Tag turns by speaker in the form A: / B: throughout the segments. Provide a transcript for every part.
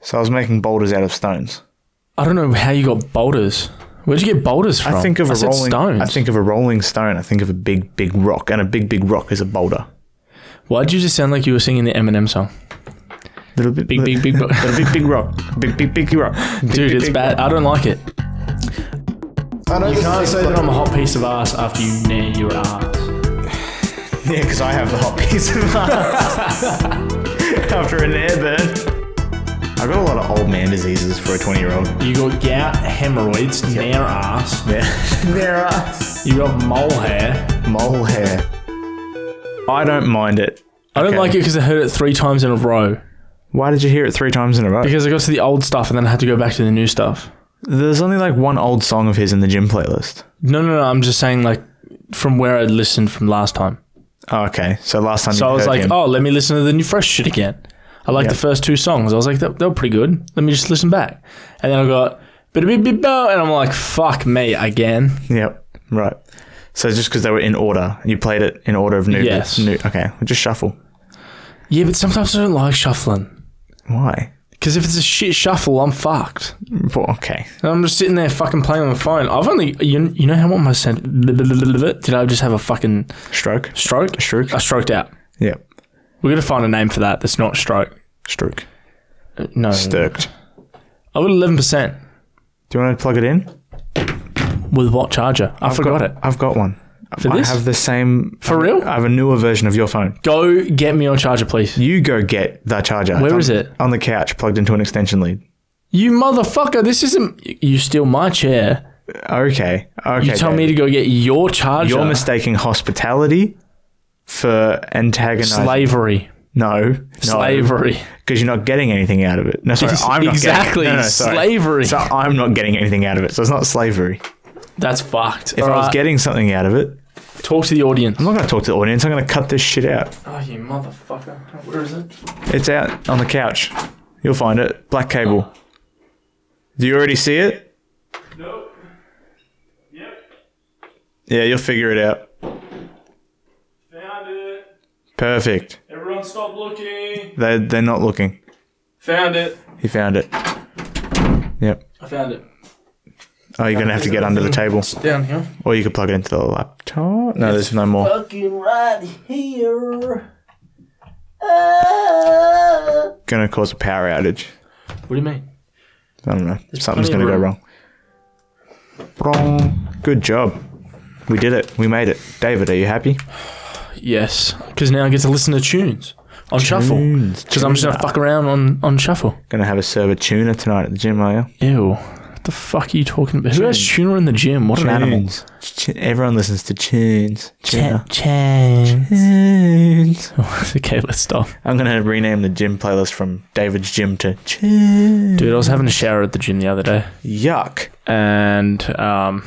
A: So I was making boulders out of stones.
B: I don't know how you got boulders. Where'd you get boulders from?
A: I think of
B: a
A: a rolling.
B: stones.
A: I think of a rolling stone. I think of a big, big rock, and a big, big rock is a boulder.
B: Why'd you just sound like you were singing the Eminem song?
A: Little bit,
B: Big, big, big. bo-
A: little big, big rock, big, big, big rock. Big,
B: Dude,
A: big,
B: it's
A: big
B: bad.
A: rock.
B: I don't like it.
A: I know
B: You
A: this is
B: can't say
A: like-
B: that I'm a hot piece of ass after you near your ass.
A: Yeah, because I have the hot piece of ass after an air burn. I've got a lot of old man diseases for a 20 year old.
B: You got gout, hemorrhoids, near ass.
A: Yeah. there are
B: You got mole hair.
A: mole hair. I don't mind it.
B: I don't
A: Okay.
B: like it because I heard it three times in a row.
A: Why did you hear it three times in a row?
B: Because I got to the old stuff and then I had to go back to the new stuff.
A: There's only like one old song of his in the gym playlist.
B: No, no, no. I'm just saying, like, from where I listened from last time.
A: Oh, okay, so last time
B: So
A: you
B: I was
A: heard
B: like,
A: him-
B: oh, let me listen to the new fresh shit again. I like
A: Yeah.
B: the first two songs. I was like, they they were pretty good. Let me just listen back. And then I got, "Ba-da-bi-bi-bo," and I'm like, fuck me again.
A: Yep. Right. So just because they were in order, you played it in order of new.
B: Yes.
A: New, okay. Well, just shuffle.
B: Yeah, but sometimes I don't like shuffling.
A: Why?
B: Because if it's a shit shuffle, I'm fucked.
A: Well, okay.
B: And I'm just sitting there fucking playing on my phone. I've only, you, you know how much I said, did I just have a fucking
A: Stroke.
B: stroke?
A: Stroke.
B: I stroked out.
A: Yep.
B: We're going to find a name for that that's not stroke.
A: Stroke.
B: Uh, No.
A: Sturked.
B: I got 11%.
A: Do you want to plug it in?
B: With what charger? I forgot
A: got,
B: it.
A: I've got one.
B: For
A: I
B: this?
A: have the same.
B: For real?
A: I have a newer version of your phone.
B: Go get me your charger, please.
A: You go get the charger.
B: Where
A: Where is
B: is it?
A: On the couch, plugged into an extension lead.
B: You motherfucker, this isn't. You steal my chair.
A: Okay. Okay.
B: You tell me to go get your charger.
A: You're mistaking hospitality for antagonizing.
B: Slavery.
A: no. no.
B: Slavery.
A: because you're not getting anything out of it. No, sorry, I'm not
B: Exactly,
A: Getting, no, no, sorry.
B: slavery.
A: So I'm not getting anything out of it. So it's not slavery.
B: That's fucked.
A: If I was getting something out of it, I'm
B: talk to the audience.
A: not going to talk to the audience. I'm going to cut this shit out.
B: Oh, you motherfucker. Where is it?
A: It's out on the couch. You'll find it. Black cable. Do you already see it?
C: Nope. Yep.
A: Yeah, you'll figure it out.
C: Found it.
A: Perfect.
C: Everyone stop looking.
A: They they're not looking.
C: Found it.
A: He found it. Yep.
B: I found it.
A: Oh, you're gonna have to get under the table,
B: Down here.
A: or you could plug it into the laptop. No, there's no more.
B: Fucking right here.
A: Gonna cause a power outage.
B: What do you mean?
A: I don't know. Something's
B: plenty
A: going
B: of
A: to go wrong. Wrong. Good job. We did it. We made it. David, are you happy?
B: Yes, because now I get to listen to tunes on shuffle.
A: Tunes,
B: Because I'm just gonna fuck around on on shuffle.
A: Going to have a serve of tuna tonight at the gym, are you?
B: Ew. What the fuck are you talking about? Who has tuna in the gym? What an animal.
A: Tunes. Ch- Everyone listens to tunes. Tuna. Tunes.
B: okay, let's stop.
A: I'm going to rename the gym playlist from David's Gym to Tunes.
B: Dude, I was having a shower at the gym the other day
A: Yuck.
B: and um,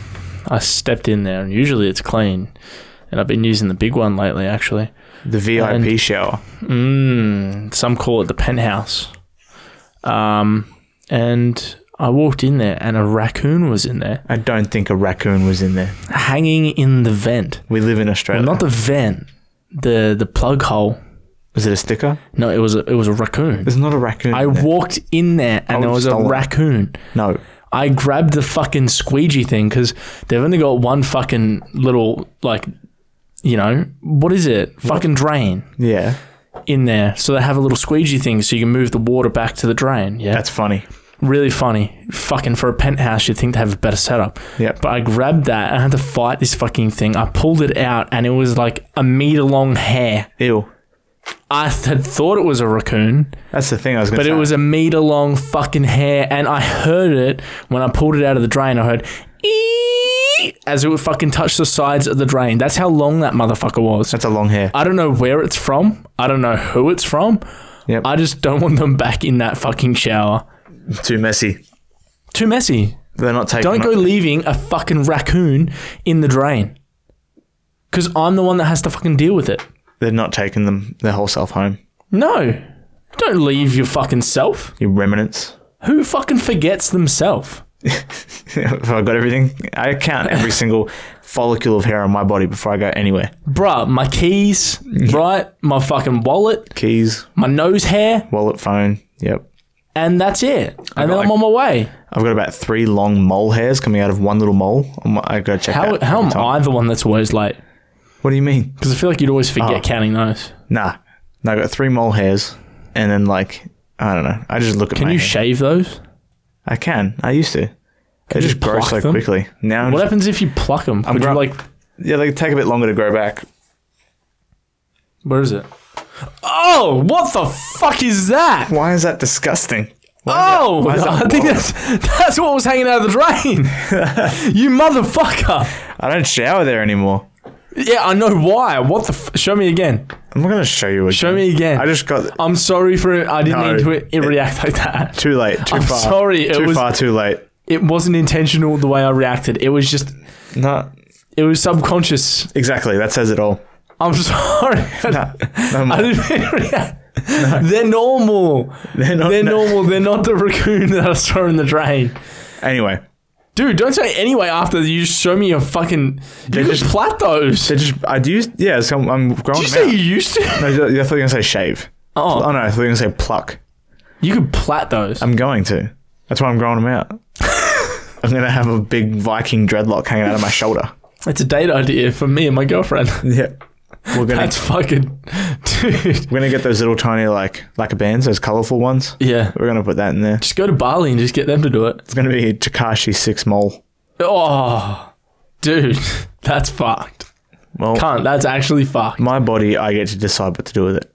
B: I stepped in there and usually it's clean. And I've been using the big one lately actually.
A: The VIP
B: And-
A: shower.
B: Mm, some call it the penthouse. Um, and I walked in there and a raccoon was in there
A: I don't think a raccoon was in there.
B: hanging in the vent.
A: We live in Australia.
B: Well, not the vent, the the plug hole.
A: Is it a sticker?
B: No, it was a, it was a raccoon.
A: There's not a raccoon.
B: I
A: in there.
B: walked in there and
A: I
B: there
A: would've
B: was a
A: stolen it.
B: raccoon.
A: no.
B: I grabbed the fucking squeegee thing because they've only got one fucking little like, you know, what is it? Fucking drain
A: Yeah.
B: in there. So they have a little squeegee thing so you can move the water back to the drain. Yeah,
A: That's funny.
B: really funny. Fucking for a penthouse, you'd think they have a better setup.
A: Yep.
B: But I grabbed that and I had to fight this fucking thing. I pulled it out and it was like a meter long hair.
A: Ew.
B: I th- had thought it was a raccoon,
A: That's the thing I was going to
B: but
A: say.
B: it was a meter long fucking hair, and I heard it when I pulled it out of the drain. I heard "Ee!" as it would fucking touch the sides of the drain. That's how long that motherfucker was.
A: That's a long hair.
B: I don't know where it's from. I don't know who it's from.
A: Yep.
B: I just don't want them back in that fucking shower.
A: Too messy.
B: Too messy.
A: They're not taking.
B: Don't go leaving a fucking raccoon in the drain. Because I'm the one that has to fucking deal with it.
A: They're not taking them. Their whole self home.
B: No. Don't leave your fucking self.
A: You remnants.
B: Who fucking forgets themselves?
A: Have I got everything? I count every single follicle of hair on my body before I go anywhere.
B: Bruh, my keys, right? My fucking wallet,
A: Keys,
B: my nose hair.
A: wallet, phone. Yep.
B: and that's it. And then
A: got,
B: I'm on my way.
A: I've got about three long mole hairs coming out of one little mole. I'm, I gotta check
B: How,
A: out.
B: how am
A: every time.
B: I the one that's always late?
A: What do you mean?
B: Because I feel like you'd always forget
A: Oh.
B: counting those.
A: Nah, no, I got three mole hairs, and then like I don't know. I just look at
B: Can
A: my.
B: you
A: hair.
B: shave those?
A: I can. I used to. They
B: you
A: just grow
B: pluck
A: so
B: them?
A: quickly. Now, I'm
B: What
A: just-
B: happens if you pluck them? Would you
A: grow-
B: like?
A: yeah, they take a bit longer to grow back.
B: Where is it? Oh, what the fuck is that?
A: Why is that disgusting?
B: Oh,
A: is that
B: I think
A: water?
B: that's that's what was hanging out of the drain. you motherfucker.
A: I don't shower there anymore.
B: Yeah, I know why. What the? F- show me again.
A: I'm not gonna show you again.
B: Show me again. Oh,
A: I just got
B: I'm sorry for it. I didn't
A: No,
B: mean to it, react like that.
A: too late. Too
B: I'm
A: far.
B: sorry, it
A: Too
B: was-
A: far. Too late.
B: It wasn't intentional the way I reacted. It was just.
A: No,
B: It was subconscious.
A: exactly. That says it all.
B: I'm sorry.
A: No, no
B: I
A: more.
B: didn't mean to react. They're normal.
A: They're not-
B: They're
A: no.
B: normal. They're not the raccoon that I saw in the drain.
A: Anyway,
B: Dude, don't say anyway after you just show me your fucking. You could
A: just-
B: plait those.
A: they just I do. Yeah, so I'm, I'm growing.
B: Did you
A: them out.
B: say you used to?
A: No, I thought you were gonna say shave.
B: Oh.
A: no, I thought you were gonna say pluck.
B: You could plait those.
A: I'm going to. That's why I'm growing them out. I'm gonna have a big Viking dreadlock hanging out of my shoulder.
B: It's a date idea for me and my girlfriend.
A: Yep. We're gonna
B: That's fucking. Dude.
A: we're gonna get those little tiny like lacquer bands, those colourful ones.
B: Yeah.
A: We're gonna put that in there.
B: Just go to Bali and just get them to do it.
A: It's gonna be Takashi six mole.
B: Oh. Dude, that's fucked.
A: Well,
B: Can't. That's actually fucked.
A: my body, I get to decide what to do with it.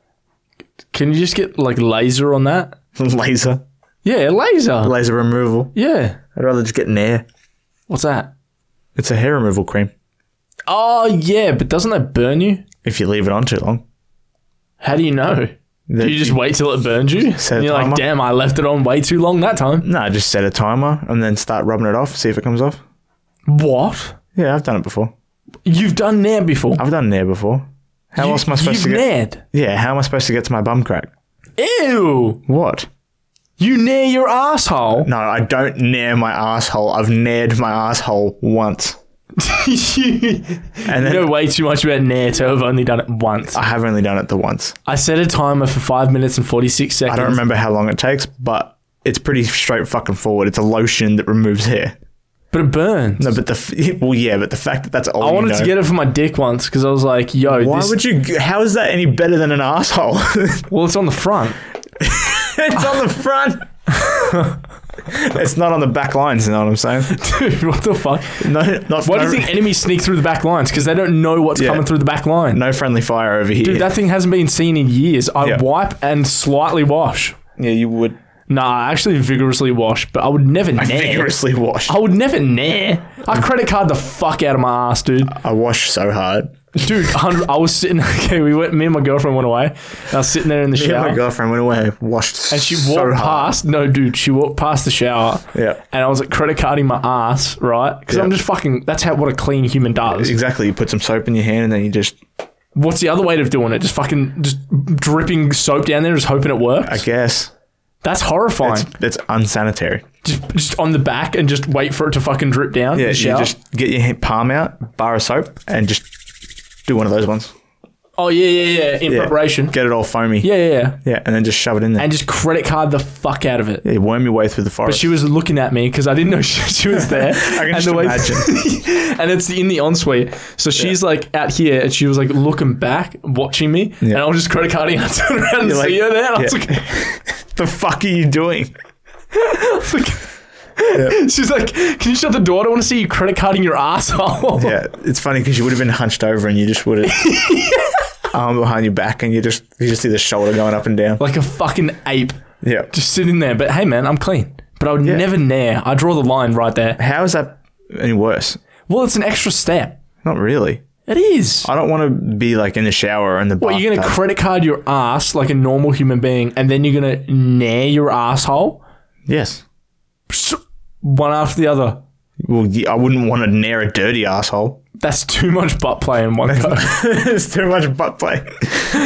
B: Can you just get like laser on that?
A: laser,
B: Yeah, laser.
A: laser removal.
B: Yeah.
A: I'd rather just get an air.
B: What's that?
A: It's a hair removal cream.
B: Oh yeah, but doesn't that burn you?
A: If you leave it on too long,
B: How do you know?
A: The-
B: Do you just wait till it burns you?
A: Set a
B: And you're like,
A: timer.
B: damn, I left it on way too long that time.
A: no, just set a timer and then start rubbing it off. See if it comes off.
B: What?
A: Yeah, I've done it before.
B: You've done Nair before.
A: I've done an air before. How
B: you,
A: else am I supposed to
B: you've
A: get?
B: Naired.
A: Yeah, how am I supposed to get to my bum crack?
B: Ew!
A: What?
B: You Nair your asshole.
A: No, I don't nair my asshole. I've naired my asshole once.
B: you
A: And then
B: know way too much about Nair to have only done it once.
A: I have only done it the once.
B: I set a timer for five minutes and forty six seconds.
A: I don't remember how long it takes, but it's pretty straight fucking forward. It's a lotion that removes hair.
B: But it burns.
A: No, but the f- well, yeah, but the fact that that's all
B: I
A: you
B: wanted to
A: know-
B: get it for my dick once because I was like, yo,
A: Why
B: this
A: would you? g- How is that any better than an asshole? it's
B: well it's on the front.
A: on the front. it's not on the back lines. You know what I'm saying?
B: Dude, what the fuck?
A: No, not.
B: Why
A: no,
B: do you think enemies sneak through the back lines? Because they don't know what's
A: Yeah.
B: coming through the back line.
A: No friendly fire over here.
B: Dude, that thing hasn't been seen in years. I
A: Yeah.
B: wipe and slightly wash.
A: yeah, you would
B: Nah, I actually vigorously wash, but I would never nair.
A: vigorously wash.
B: I would never nair. I credit card the fuck out of my ass, dude.
A: I wash so hard.
B: Dude, 100 I was sitting. Okay, we went. Me and my girlfriend went away. I was sitting there in the
A: Yeah,
B: shower,
A: my girlfriend went away, washed,
B: and she walked
A: so hard.
B: past. No, dude, she walked past the shower.
A: Yeah.
B: And I was like credit carding my ass, right? Because I'm
A: Yeah.
B: just fucking. That's how what a clean human does.
A: Exactly. You put some soap in your hand, and then you just,
B: What's the other way of doing it? Just fucking just dripping soap down there, just hoping it works.
A: I guess,
B: That's horrifying.
A: it's, it's unsanitary.
B: Just, just on the back and just wait for it to fucking drip down.
A: Yeah,
B: the
A: you
B: shower.
A: just get your hand- palm out, bar of soap, and just do one of those ones.
B: oh yeah, yeah, yeah. In
A: Yeah.
B: preparation.
A: Get it all foamy.
B: Yeah, yeah, yeah.
A: Yeah, and then just shove it in there.
B: And just credit card the fuck out of it.
A: yeah, worm your way through the forest.
B: She was looking at me because I didn't know she, she was there. I
A: can just
B: imagine. and it's in the ensuite, so she's like out here, and she was like looking back, watching me, and I was just credit carding. I turned around and
A: You're like-
B: see her there. And I was
A: yeah.
B: like,
A: the fuck are you doing?
B: It's like- She's like, "Can you shut the door? I don't want to see you credit carding your asshole."
A: Yeah, it's funny because you would have been hunched over, and you just would have arm behind your back, and you just you just see the shoulder going up and down.
B: Like a fucking ape,
A: Yeah.
B: just sitting there. But hey, man, I'm clean. But I would never nair. I draw the line right there.
A: How is that any worse?
B: Well, it's an extra step.
A: Not really.
B: It is.
A: I don't want to be like in the shower or in the
B: But
A: bath.
B: you're gonna credit card your ass like a normal human being, and then you're gonna nair your asshole
A: yes.
B: Psh, one after the other.
A: Well, yeah, I wouldn't want to nair a dirty asshole.
B: That's too much butt play in one go.
A: it's too much butt play.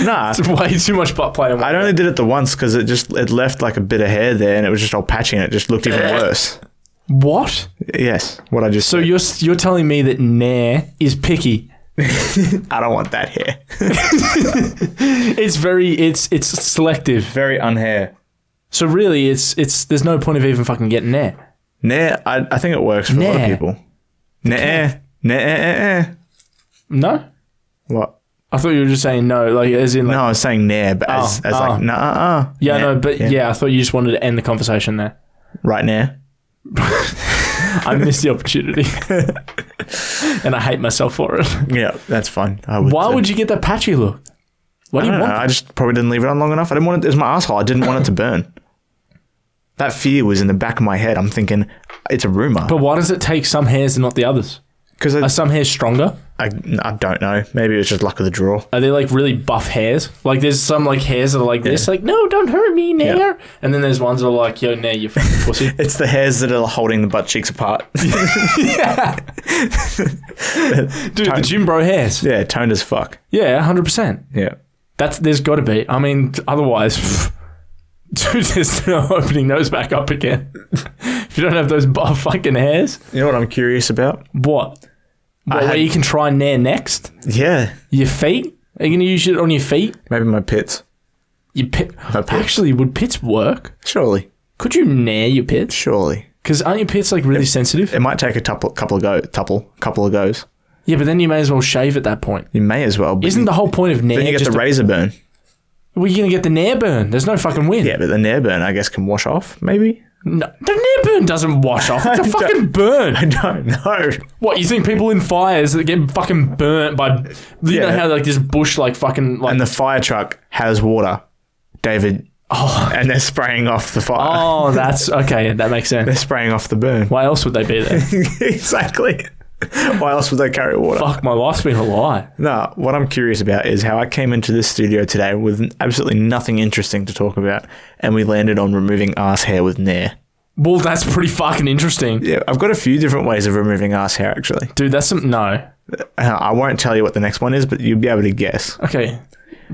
A: nah,
B: It's way too much butt play in one.
A: I only did it the once because it just it left like a bit of hair there, and it was just all patchy, and it just looked even worse.
B: What?
A: Yes, what I just
B: So
A: said.
B: you're you're telling me that nair is picky?
A: I don't want that hair.
B: It's very it's it's selective.
A: Very unhair.
B: So really, it's it's there's no point of even fucking getting there.
A: Nah, I, I think it works for a lot
B: Nah.
A: of people. Nah, eh, nah, eh, eh, eh.
B: No,
A: What?
B: I thought you were just saying no, like as in like
A: No, I was saying nah, but as,
B: Oh,
A: as
B: oh.
A: like nah, uh, uh.
B: yeah,
A: nah,
B: no, but yeah. I thought you just wanted to end the conversation there.
A: right now.
B: I missed the opportunity, and I hate myself for it.
A: Yeah, that's fine. I would
B: Why
A: too.
B: would you get that patchy look? Why
A: I
B: do you
A: don't
B: want?
A: know. I just probably didn't leave it on long enough. I didn't want it. It was my asshole. I didn't want it to burn. That fear was in the back of my head. I'm thinking it's a rumor
B: But why does it take some hairs and not the others?
A: because I,
B: Are some hairs stronger?
A: I, I don't know. Maybe it was just luck of the draw.
B: Are they like really buff hairs? Like there's some like hairs that are like this, like no, don't hurt me, Nair.
A: Yeah.
B: And then there's ones that are like, yo, Nair, you fucking pussy.
A: It's the hairs that are holding the butt cheeks apart.
B: Dude, the gym bro hairs.
A: yeah, toned as fuck.
B: Yeah, hundred percent.
A: Yeah.
B: That's there's got to be. I mean, t- otherwise, dude, there's no opening those back up again. if you don't have those buff fucking hairs,
A: You know what I'm curious about?
B: what? what
A: had-
B: where you can try Nair next?
A: Yeah,
B: Your feet? Are you gonna use it on your feet?
A: maybe my pits.
B: Your pit?
A: My pits.
B: Actually, would pits work?
A: Surely,
B: Could you Nair your pits?
A: surely.
B: Because aren't your pits like really sensitive?
A: It might take a tuple, couple of go, tuple, couple of goes.
B: Yeah, but then you may as well shave at that point.
A: You may as well. But
B: Isn't
A: you,
B: the whole point of Nair
A: Mm. then you get
B: just
A: the
B: to-
A: razor burn?
B: Well, you're gonna get the Nair burn. There's no fucking win.
A: Yeah, but the nair burn I guess can wash off. Maybe
B: No, the Nair burn doesn't wash off. It's a fucking burn.
A: I don't know.
B: What you think people in fires that get fucking burnt by you know
A: Yeah.
B: how like this bush like fucking like
A: And the fire truck has water, David. Oh, and they're spraying off the fire.
B: oh that's okay that makes sense.
A: They're spraying off the burn.
B: Why else would they be there?
A: exactly. Why else would they carry water?
B: Fuck, my life's been a lie.
A: No, what I'm curious about is how I came into this studio today with absolutely nothing interesting to talk about, and we landed on removing arse hair with Nair.
B: Well, that's pretty fucking interesting,
A: Yeah, I've got a few different ways of removing arse hair, actually.
B: dude. That's some no.
A: Uh, I won't tell you what the next one is, but you'll be able to guess.
B: Okay,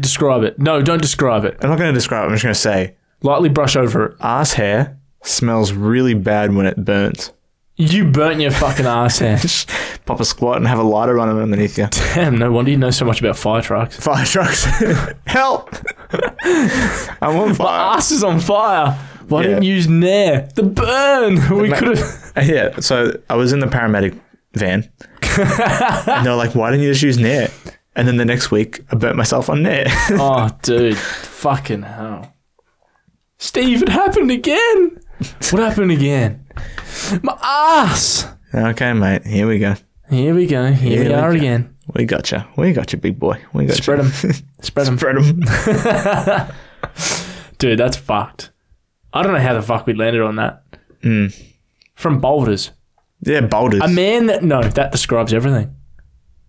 B: describe it. No, don't describe it.
A: I'm not going to describe it, I'm just going to say
B: Lightly brush over it.
A: arse hair smells really bad when it burns.
B: You burnt your fucking ass hair.
A: Just pop a squat and have a lighter running underneath you.
B: Damn, no wonder you know so much about fire trucks.
A: Fire trucks. Help! I'm on fire.
B: Ass is on fire. Why
A: Yeah.
B: didn't you use Nair? The burn. We
A: ma-
B: could have.
A: Yeah, so I was in the paramedic van. and they're like, why didn't you just use Nair? And then the next week, I burnt myself on Nair.
B: Oh, dude. Fucking hell. Steve, it happened again. What happened again? My ass.
A: okay, mate, here we go.
B: Here we go. Here,
A: Here
B: we
A: we
B: are
A: go.
B: again.
A: We got you. We got you, big boy. We got
B: Spread
A: you.
B: 'em. Spread 'em.
A: Spread them.
B: Dude, that's fucked. I don't know how the fuck we landed on that. Hmm. From boulders.
A: Yeah, boulders.
B: A man that. No, that describes everything.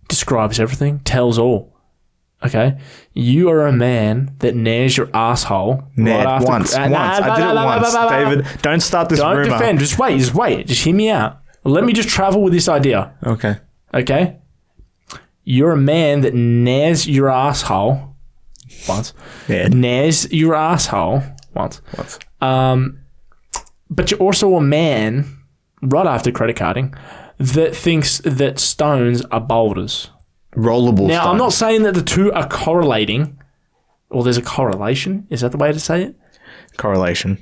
B: Describes everything. Tells all. Okay? You are a man that nairs your asshole.
A: Nair,
B: right after-
A: once,
B: Ah,
A: once.
B: nah,
A: I did
B: blah,
A: it
B: blah, blah,
A: once.
B: blah, blah, blah.
A: David, don't start this
B: Don't
A: rumor.
B: defend. Just wait. Just wait. Just hear me out. Let me just travel with this idea.
A: Okay.
B: Okay. You're a man that nares your asshole once.
A: Yeah.
B: Nares your asshole once.
A: Once.
B: Um, but you're also a man, right after credit carding, that thinks that stones are boulders.
A: Rollable.
B: Now, I'm
A: stone.
B: not saying that the two are correlating. Well, there's a correlation. Is that the way to say it?
A: correlation.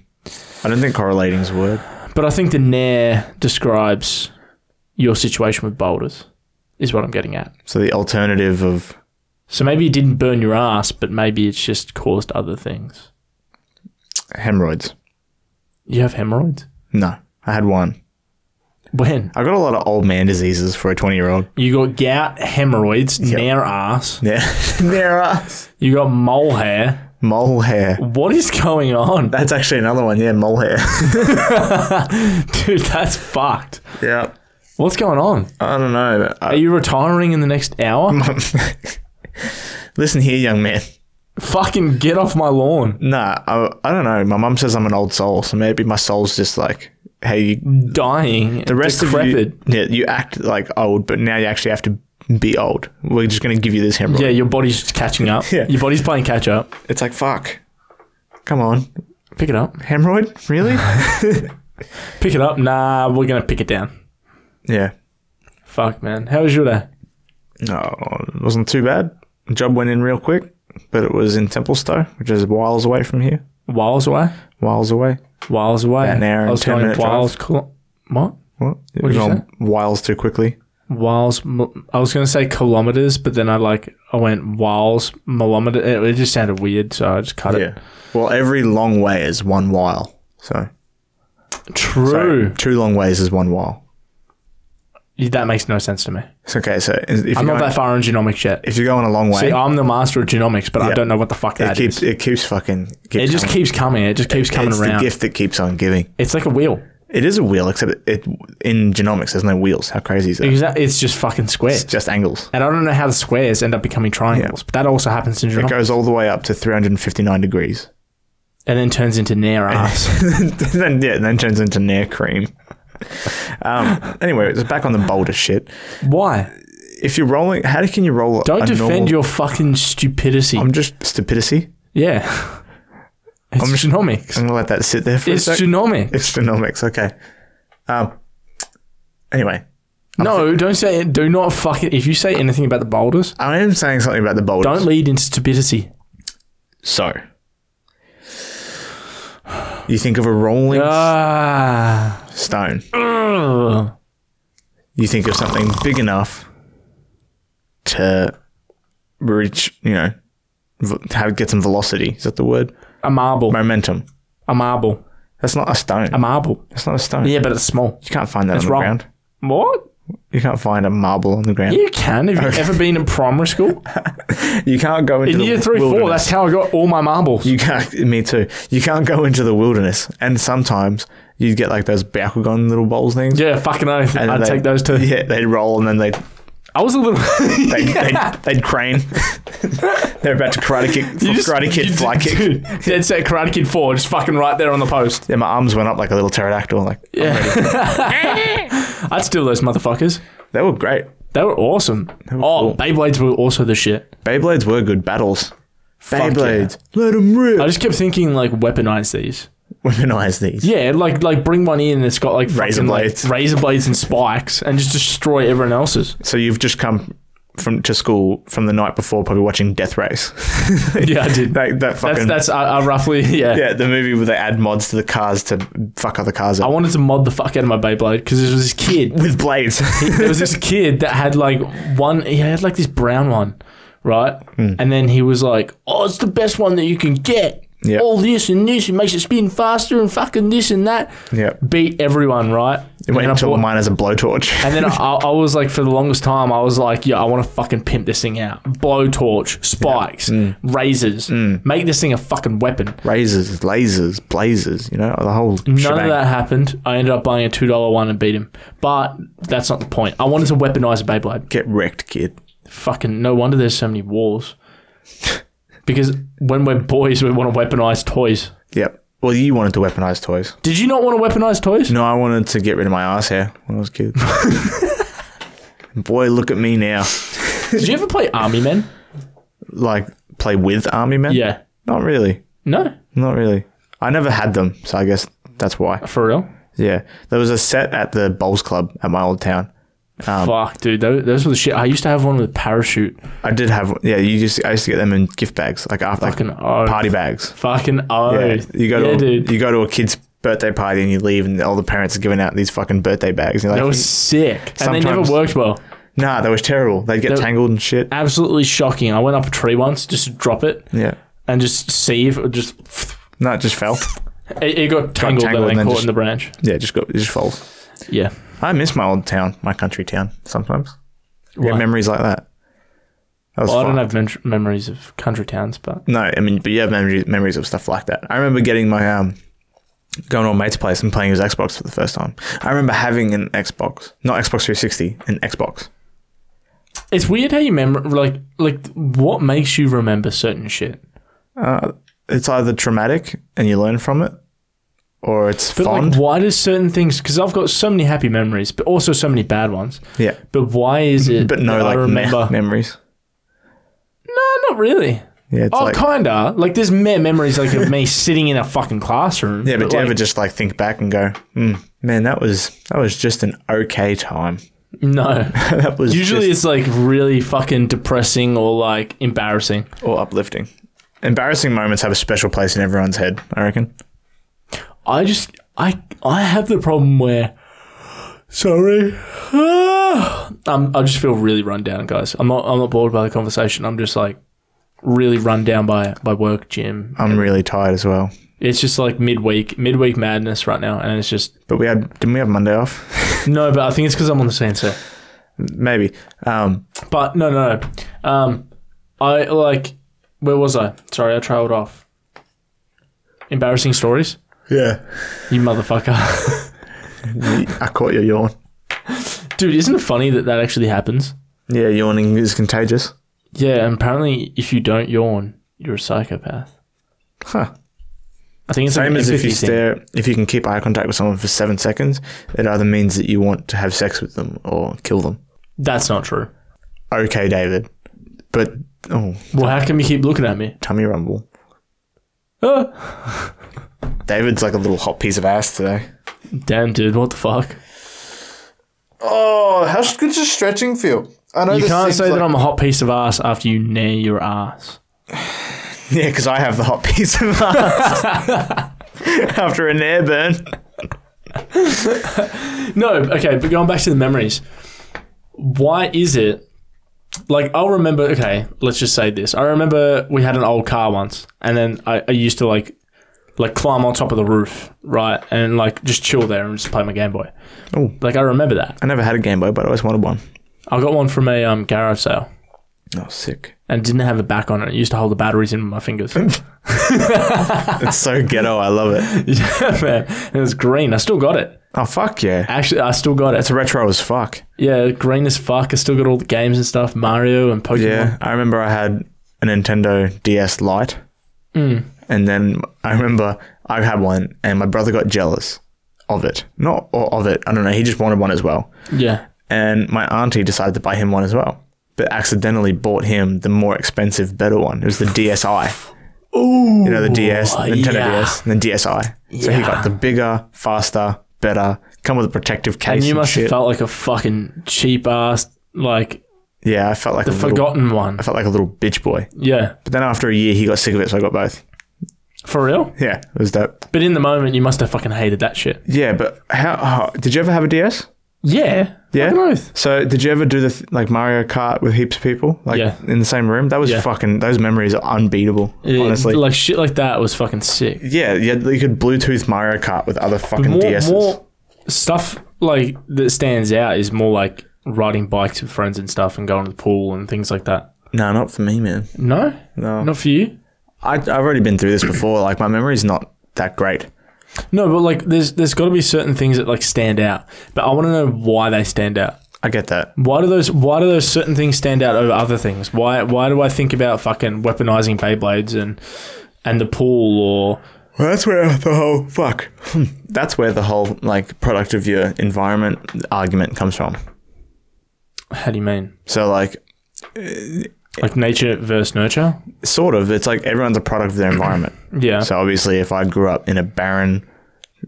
A: I don't think correlating is a word.
B: But I think the Nair describes your situation with boulders, is what I'm getting at.
A: So the alternative of
B: So maybe it didn't burn your ass, but maybe it's just caused other things.
A: hemorrhoids.
B: You have hemorrhoids?
A: No, I had one.
B: When?
A: I got a lot of old man diseases for a 20 year old.
B: You got gout, hemorrhoids, near ass.
A: Yeah. there are.
B: You got mole hair.
A: Mole hair.
B: What is going on?
A: That's actually another one. Yeah, mole hair.
B: Dude, that's fucked.
A: yeah.
B: What's going on?
A: I don't know. but
B: Are
A: I-
B: you retiring in the next hour?
A: Listen here, young man.
B: Fucking get off my lawn.
A: Nah, I, I don't know. My mum says I'm an old soul, so maybe my soul's just like, hey, you,
B: Dying.
A: the rest
B: decrepit.
A: of you, yeah, you act like old, but now you actually have to be old. We're just gonna give you this hemorrhoid.
B: Yeah, your body's just catching up.
A: Yeah.
B: Your body's playing catch up.
A: It's like fuck. Come on,
B: Pick it up.
A: hemorrhoid, really?
B: Pick it up. Nah, we're going to pick it down.
A: yeah.
B: Fuck, man. How was your day?
A: No, it wasn't too bad. Job went in real quick, but it was in Templestowe, which is miles away from here.
B: Wiles away?
A: Miles away.
B: Wiles away.
A: About an hour
B: I was
A: and 10
B: going
A: minute drive.
B: Wiles. Col- what?
A: What?
B: What'd you
A: Gone Wiles too quickly.
B: Wiles. mil- I was going to say kilometers, but then I like I went Wiles milometer. It, it just sounded weird, so I just cut it.
A: Well, every long way is one while. So, so
B: True.
A: two long ways is one while.
B: Yeah, that makes no sense to me.
A: It's okay. So if you're,
B: I'm not
A: going,
B: that far in genomics yet.
A: if you're going a long way,
B: See, I'm the master of genomics, but I
A: Yeah.
B: don't know what the fuck
A: it
B: that
A: keeps
B: is.
A: it keeps fucking. Keeps
B: It just
A: coming.
B: keeps coming. It just keeps coming
A: it's
B: around.
A: the gift that keeps on giving.
B: It's like a wheel.
A: It is a wheel, except it, it in genomics there's no wheels. How crazy is that?
B: Exactly. It's just fucking
A: It's
B: squares.
A: just angles.
B: And I don't know how the squares end up becoming triangles, but that also happens in
A: It
B: genomics,
A: goes all the way up to 359 degrees.
B: and then turns into near ass.
A: then yeah, then turns into nair cream. Um, anyway, it's back on the boulder shit.
B: Why?
A: If you're rolling, how can you roll?
B: Don't
A: a
B: defend
A: normal,
B: your fucking stupidity.
A: I'm just stupidity.
B: yeah. It's
A: I'm just-
B: genomics.
A: I'm gonna let that sit there for
B: it's
A: a sec.
B: genomics.
A: it's genomics. Okay. Um. Anyway,
B: No, don't say it. Do not fucking. If you say anything about the boulders,
A: I am saying something about the boulder.
B: don't lead into stupidity.
A: So. You think of a rolling
B: Ah.
A: stone.
B: Ugh.
A: You think of something big enough to reach, you know, v- have, get some velocity. Is that the word?
B: A marble.
A: Momentum.
B: A marble.
A: That's not a stone.
B: A marble.
A: That's not a stone.
B: Um, Yeah, but it's small.
A: You can't find that on the
B: wrong.
A: ground.
B: What?
A: You can't find a marble on the ground.
B: You can. Have you ever been in primary school?
A: You can't go into
B: In
A: the
B: year three,
A: wilderness.
B: four, that's how I got all my marbles.
A: You can't. Me too. You can't go into the wilderness, and sometimes you get like those Bakugan little bowls things.
B: yeah, fucking oath.
A: and
B: I'd
A: they-
B: take those two.
A: Yeah, they'd roll and then they'd
B: I was a little.
A: they'd, they'd, they'd crane. They're about to karate kick, karate kid fly kick.
B: kick. Dead set Karate Kid 4, just fucking right there on the post.
A: Yeah, my arms went up like a little pterodactyl. Like
B: Yeah. I'd steal those motherfuckers.
A: they were great.
B: They were awesome. oh,
A: cool.
B: Beyblades were also the shit.
A: Beyblades were good battles.
B: yeah.
A: Beyblades, let them rip.
B: I just kept thinking, like, weaponize these.
A: Weaponize these.
B: Yeah, like, like bring one in that's got, like,
A: Razor
B: fucking, like,
A: blades.
B: razor blades and spikes and just destroy everyone else's.
A: So you've just come from to school from the night before, probably watching Death Race.
B: Yeah, I
A: that,
B: did.
A: that
B: That's,
A: fucking
B: that's uh, uh, roughly, yeah.
A: yeah, the movie where they add mods to the cars to fuck other cars
B: I
A: up
B: wanted to mod the fuck out of my Beyblade because there was this kid.
A: with blades.
B: there was this kid that had like one. He had like this brown one, right? And then he was like, "Oh, it's the best one that you can get.
A: Yeah.
B: All this and this, it makes it spin faster and fucking this and that."
A: yep.
B: Beat everyone, right? And
A: Wait
B: then I
A: until
B: bought-
A: mine has a blowtorch.
B: and then I, I was like, for the longest time, I was like, yeah, I want to fucking pimp this thing out. Blowtorch, spikes, razors, make this thing a fucking weapon.
A: Razors, lasers, blazers. You know the whole.
B: None of
A: shebang.
B: that happened. I ended up buying a two dollar one and beat him. But that's not the point. I wanted to weaponize a Beyblade.
A: Get wrecked, kid.
B: Fucking no wonder there's so many wars. because when we're boys, we want to weaponize toys.
A: Yep. Well, you wanted to weaponize toys.
B: Did you not want to weaponize toys?
A: No, I wanted to get rid of my ass hair when I was a kid. Boy, look at me now.
B: Did you ever play Army Men?
A: Like, play with army men?
B: Yeah.
A: Not really.
B: No,
A: Not really. I never had them, so I guess that's why.
B: for real.
A: Yeah. There was a set at the Bowls Club at my old town. Um,
B: Fuck, dude, tho- those, were the shit. I used to have one with a parachute.
A: I did have, yeah, you just, I used to get them in gift bags, like after
B: Fucking
A: like,
B: oath.
A: party bags.
B: Fucking oh,
A: Yeah. You go to,
B: yeah,
A: a,
B: dude.
A: you go to a kid's birthday party and you leave and all the parents are giving out these fucking birthday bags. And you're
B: That
A: like,
B: was sick, and they never
A: Sometimes-
B: worked well.
A: nah, that was terrible. They'd get tangled and shit.
B: Ah. Absolutely shocking. I went up a tree once just to drop it
A: Yeah.
B: and just see if it would just
A: No, it just fell.
B: it, it got
A: tangled
B: tangled, and
A: and
B: then
A: then
B: caught
A: just-
B: in the branch.
A: Yeah, it just go. It just falls.
B: Yeah,
A: I miss my old town, my country town. Sometimes yeah,
B: Why?
A: memories like that. That was
B: well, I
A: fun.
B: don't have mem- memories of country towns, but
A: No, I mean, but you have memories memories of stuff like that. I remember getting my um, going to a mate's place and playing his Xbox for the first time. I remember having an Xbox, not Xbox 360, an Xbox.
B: It's weird how you remember, like, like what makes you remember certain shit.
A: Uh, it's either traumatic and you learn from it, or it's
B: But
A: fond.
B: like, why does certain things? Because I've got so many happy memories, but also so many bad ones.
A: yeah,
B: But why is it?
A: but no,
B: that
A: like
B: I
A: me-
B: remember.
A: memories.
B: no, not really.
A: Yeah, it's
B: oh,
A: like
B: kinda. Like, there's mere memories like of me sitting in a fucking classroom.
A: yeah, but, do you
B: like,
A: ever just like think back and go, hmm, man, that was that was just an okay time.
B: no.
A: that was
B: Usually,
A: just-
B: it's like really fucking depressing or like embarrassing.
A: or uplifting. Embarrassing moments have a special place in everyone's head, I reckon.
B: I just I I have the problem where sorry. um, I just feel really run down, guys. I'm not I'm not bored by the conversation. I'm just like really run down by by work, gym.
A: I'm really tired as well.
B: It's just like midweek midweek madness right now, and it's just
A: But we had didn't we have Monday off?
B: no. But I think it's because I'm on the CNC.
A: Maybe. Um,
B: But no, no, no. Um, I like. Where was I? Sorry, I trailed off. Embarrassing stories,
A: yeah.
B: you motherfucker,
A: I caught your yawn.
B: dude. Isn't it funny that that actually happens?
A: Yeah, yawning is contagious.
B: Yeah, and apparently, if you don't yawn, you're a psychopath.
A: Huh.
B: I think it's
A: Same
B: like
A: as if you
B: thing.
A: stare, if you can keep eye contact with someone for seven seconds, it either means that you want to have sex with them or kill them.
B: That's not true.
A: Okay, David. But, oh,
B: Well, how can you keep looking at me?
A: tummy rumble.
B: Ah.
A: David's like a little hot piece of ass today.
B: Damn, dude, what the fuck?
A: Oh, how good does stretching feel? I know
B: You can't say that I'm a hot piece of ass after you near your ass.
A: Yeah, because I have the hot piece of ass after an air burn.
B: No, okay, but going back to the memories, why is it like I'll remember? Okay, let's just say this. I remember we had an old car once, and then I, I used to like like climb on top of the roof, right, and like just chill there and just play my Game Boy.
A: Oh.
B: like I remember that.
A: I never had a Game Boy, but I always wanted one.
B: I got one from a um, garage sale.
A: Oh, sick.
B: And it didn't have a back on it. It used to hold the batteries in my fingers.
A: It's so ghetto. I love it.
B: yeah, man. And it was green. I still got it.
A: Oh, fuck yeah.
B: Actually, I still got it.
A: It's retro as fuck.
B: Yeah, green as fuck. I still got all the games and stuff Mario and Pokemon.
A: Yeah, I remember I had a Nintendo DS Lite,
B: Mm.
A: and then I remember I had one, and my brother got jealous of it. Not or of it. I don't know. He just wanted one as well,
B: Yeah.
A: and my auntie decided to buy him one as well, but accidentally bought him the more expensive, better one. It was the DSi.
B: Ooh.
A: You know, the DS, Nintendo
B: yeah.
A: DS, and then DSi. So he
B: Yeah.
A: got the bigger, faster, better. Come with a protective case.
B: And
A: And
B: you must
A: shit.
B: have felt like a fucking cheap ass, like
A: yeah, I felt like
B: the
A: a little,
B: forgotten one.
A: I felt like a little bitch boy.
B: Yeah,
A: But then after a year, he got sick of it, so I got both.
B: for real.
A: Yeah, it was dope.
B: But in the moment, you must have fucking hated that shit.
A: Yeah, but how, how oh, did you ever have a DS?
B: Yeah.
A: Yeah.
B: Fucking oath.
A: So did you ever do the th- like Mario Kart with heaps of people like
B: Yeah.
A: in the same room? That was
B: Yeah.
A: fucking those memories are unbeatable.
B: It-
A: honestly,
B: like shit like that was fucking sick.
A: yeah, yeah, you could Bluetooth Mario Kart with other fucking
B: More,
A: DSs.
B: more stuff like that stands out is more like riding bikes with friends and stuff, and going to the pool and things like that.
A: No, not for me, man.
B: No,
A: No,
B: not for you.
A: I, I've already been through this before. Like my memory's not that great.
B: No, but like there's there's got to be certain things that like stand out. But I want to know why they stand out.
A: I get that.
B: Why do those Why do those certain things stand out over other things? Why Why do I think about fucking weaponizing Beyblades and and the pool or
A: Well, that's where the whole fuck. that's where the whole like product of your environment argument comes from.
B: how do you mean
A: So like
B: like nature versus nurture?
A: sort of it's like everyone's a product of their environment.
B: Yeah,
A: So obviously, if I grew up in a barren,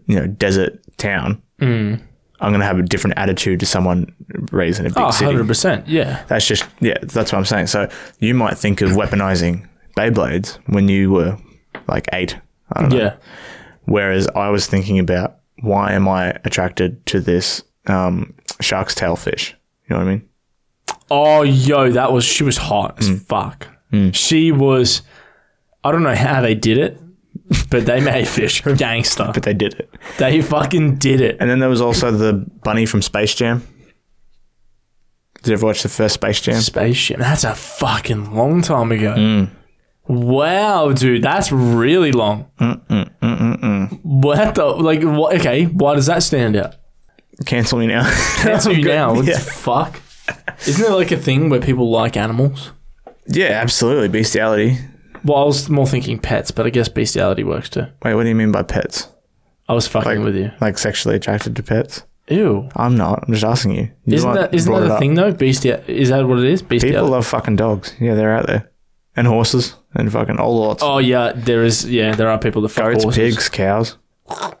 A: you know, desert town, Mm. I'm going to have a different attitude to someone raised in a big
B: oh,
A: city.
B: 100 percent. Yeah,
A: That's just yeah, that's what I'm saying. So you might think of weaponizing Beyblades when you were like eight, I don't know.
B: yeah,
A: Whereas I was thinking about why am I attracted to this um, shark's tail fish? You know what I mean?
B: Oh, yo, that was she was hot
A: Mm.
B: as fuck. She was. I don't know how they did it, but they made fish gangster.
A: But they did it.
B: They fucking did it.
A: And then there was also the bunny from Space Jam. Did you ever watch the first Space Jam?
B: Spaceship. That's a fucking long time ago.
A: Mm.
B: Wow, dude, that's really long.
A: Mm,
B: What the like? What? Okay, why does that stand out?
A: Cancel me now.
B: Cancel you now. What
A: Yeah.
B: the fuck? Isn't there like a thing where people like animals?
A: Yeah, absolutely. Bestiality.
B: Well, I was more thinking pets, but I guess bestiality works too.
A: Wait, what do you mean by pets?
B: I was fucking with you.
A: Like sexually attracted to pets?
B: Ew.
A: I'm not. I'm just asking you. you
B: Isn't
A: lot
B: that isn't
A: brought
B: that
A: it
B: a
A: up.
B: thing though? Bestia is that what it is?
A: People
B: Bestiality.
A: love fucking dogs. Yeah, they're out there. And horses and fucking all lots.
B: Oh yeah, there is. Yeah, there are people that fuck
A: Goats,
B: horses.
A: pigs, cows.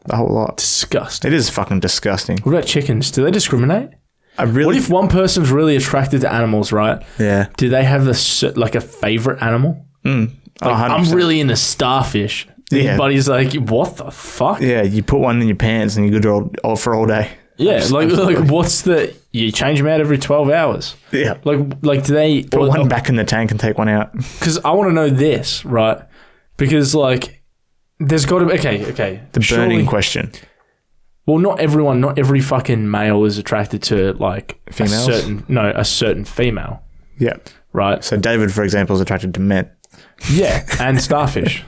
A: The whole lot.
B: Disgusting.
A: It is fucking disgusting.
B: What about chickens? Do they discriminate?
A: I really.
B: What if one person's really attracted to animals, right?
A: yeah.
B: Do they have a cer- like a favorite animal?
A: Mm.
B: Like,
A: i
B: I'm really into starfish.
A: Yeah.
B: But he's like, what the fuck?
A: yeah, you put one in your pants and you're good all, all for all day.
B: Yeah,
A: Abs-
B: like
A: absolutely.
B: like what's the you change them out every twelve hours?
A: Yeah. uh,
B: Like like do they?
A: Put one back in the tank and take one out.
B: Because I want to know this, right? Because like there's got to be okay, okay.
A: The burning
B: surely-
A: question.
B: Well, not everyone, not every fucking male is attracted to like
A: Females?
B: A certain no, a certain female,
A: Yeah.
B: right?
A: So David, for example, is attracted to men.
B: Yeah, and starfish.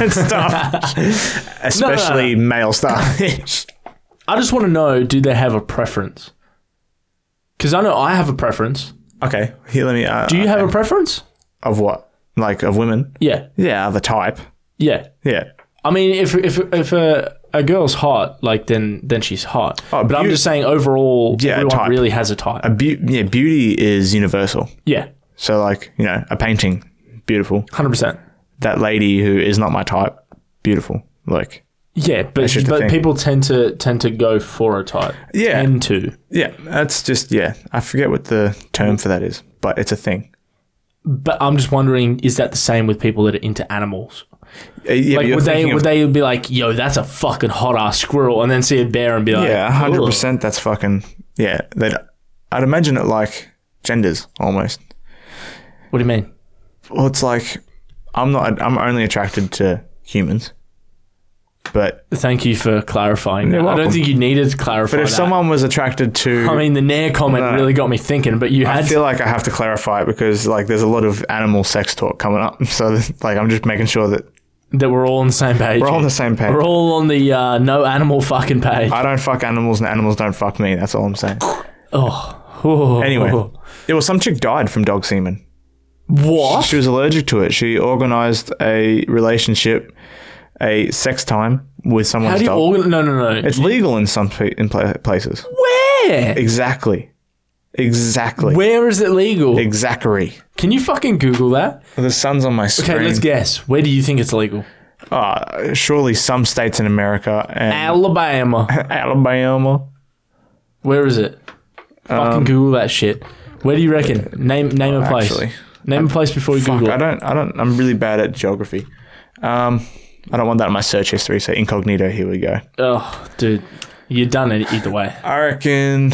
A: and stuff. Especially male starfish.
B: I just want to know, do they have a preference? Because I know I have a preference.
A: okay. Here, let me. Uh,
B: Do you have a preference?
A: of what? Like of women?
B: Yeah,
A: Yeah, of a type.
B: yeah.
A: Yeah.
B: I mean, if if if a a girl's hot, like then then she's hot.
A: Oh,
B: but I'm
A: beau-
B: just saying, overall,
A: Yeah,
B: everyone
A: type. Um,
B: really has a type.
A: A beau yeah, beauty is universal.
B: yeah,
A: So like, you know, a painting, beautiful.
B: hundred percent.
A: That lady who is not my type, beautiful. Like,
B: Yeah, but
A: just the
B: but
A: thing.
B: people tend to tend to go for a type.
A: Yeah.
B: tend to.
A: yeah, that's just yeah. I forget what the term for that is, but it's a thing.
B: But I'm just wondering, is that the same with people that are into animals?
A: Uh, yeah, but
B: Like,
A: you're
B: would they
A: thinking of-
B: would they be like, "Yo, that's a fucking hot ass squirrel," and then see a bear and be like,
A: Yeah, hundred
B: "Ugh."
A: percent. That's fucking yeah. They'd, I'd imagine it like genders almost.
B: What do you mean?
A: Well, it's like I'm not. I'm only attracted to humans. But
B: Thank you for clarifying.
A: You're
B: that. I don't
A: welcome.
B: think you needed to clarify.
A: but if
B: that.
A: someone was attracted to,
B: I
A: I,
B: mean, the Nair comment
A: No.
B: really got me thinking, but you had
A: feel like I have to clarify it because like there's a lot of animal sex talk coming up. So like I'm just making sure that
B: that we're all on the same page.
A: we're all on the same page.
B: We're all on the uh, no animal fucking page.
A: I don't fuck animals and animals don't fuck me. That's all I'm saying.
B: oh. Oh.
A: Anyway, it was some chick died from dog semen.
B: What?
A: She was allergic to it. She organized a relationship, a sex time with
B: How
A: someone's
B: do you
A: dog.
B: organ? No, no, no.
A: it's legal in some pe- in pla- places.
B: Where?
A: Exactly. Exactly.
B: Where is it legal?
A: Exactly.
B: Can you fucking Google that?
A: The sun's on my
B: Okay,
A: screen.
B: let's guess. Where do you think it's legal?
A: Uh, surely some states in America and
B: Alabama.
A: Alabama.
B: Where is it?
A: Um,
B: fucking Google that shit. Where do you reckon? Name name a place.
A: Actually,
B: name a place before you Google.
A: I
B: it.
A: don't. I don't. I'm really bad at geography. Um, I don't want that in my search history. So incognito. Here we go.
B: Oh, dude, you're done it either way.
A: I reckon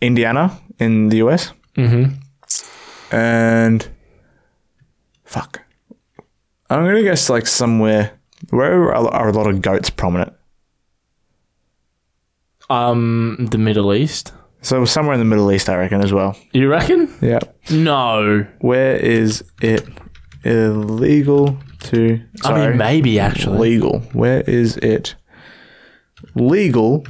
A: Indiana in the US. Mm-hmm. And fuck, I'm gonna guess like somewhere where are, are a lot of goats prominent.
B: Um, the Middle East.
A: So somewhere in the Middle East, I reckon as well.
B: You reckon?
A: Yeah.
B: No.
A: Where is it illegal to?
B: I
A: Sorry,
B: mean, maybe actually.
A: legal. Where is it legal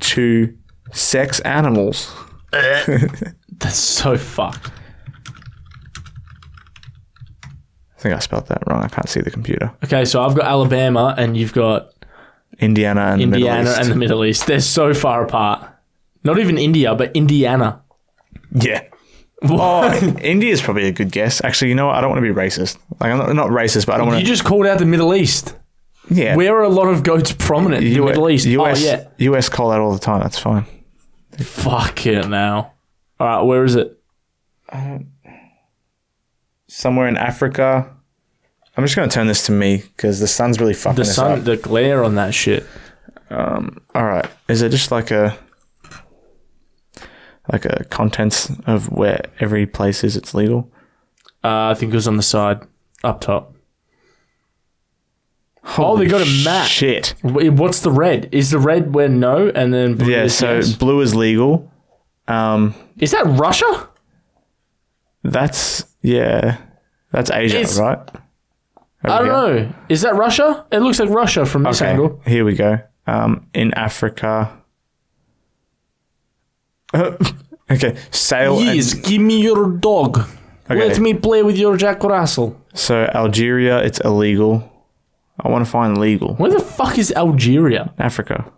A: to sex animals?
B: That's so fucked.
A: I think I spelled that wrong. I can't see the computer.
B: Okay, so I've got Alabama and you've got
A: Indiana and the Middle
B: Indiana
A: East.
B: and the Middle East. They're so far apart. Not even India, but Indiana.
A: Yeah. Oh, India's probably a good guess. Actually, you know what? I don't want to be racist. Like, I'm not, not racist, but I don't
B: You
A: want to.
B: just called out the Middle East.
A: Yeah.
B: Where are a lot of goats prominent? in the
A: U-
B: Middle East.
A: US,
B: Oh yeah.
A: US call that all the time. That's fine.
B: Fuck it now. All right, where is it?
A: Somewhere in Africa. I'm just going to turn this to me because the sun's really fucking
B: The
A: us
B: sun,
A: up.
B: the glare on that shit.
A: All right. Is it just like a. Like a contents of where every place is it's legal?
B: Uh, I think it was on the side, up top. oh, they
A: Holy
B: got a map.
A: Shit.
B: Wait, What's the red? Is the red where no, and then blue
A: Yeah,
B: is
A: so
B: yes?
A: blue is legal. Um,
B: is that Russia?
A: that's. Yeah. That's Asia,
B: It's-
A: right?
B: I don't know. Is that Russia? It looks like Russia from this
A: Okay,
B: angle.
A: here we go. Um, in Africa. Oh, okay, sale. and-
B: Please give me your dog.
A: Okay.
B: Let me play with your Jack Russell.
A: so Algeria, it's illegal. I want to find legal.
B: Where the fuck is Algeria?
A: Africa.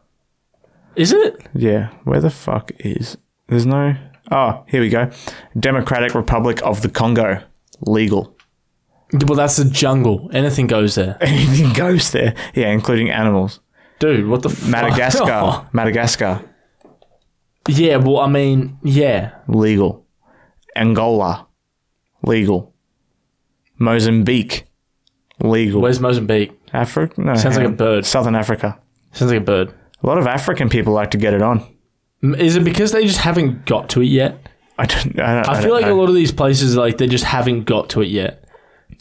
B: Is it?
A: Yeah, where the fuck is? There's no. Oh, here we go. Democratic Republic of the Congo. Legal.
B: Well, that's the jungle. Anything goes there,
A: Anything goes there. Yeah, including animals.
B: dude. What the fuck?
A: Madagascar. Madagascar.
B: yeah. Well, I mean, yeah.
A: Legal. Angola. Legal. Mozambique. Legal.
B: Where's Mozambique?
A: Africa? No,
B: Sounds like
A: hang
B: a
A: on.
B: bird.
A: Southern Africa.
B: Sounds like a bird.
A: A lot of African people like to get it on.
B: M- Is it because they just haven't got to it yet?
A: I don't. I, don't,
B: I, feel
A: don't
B: like
A: know.
B: a lot of these places, like they just haven't got to it yet.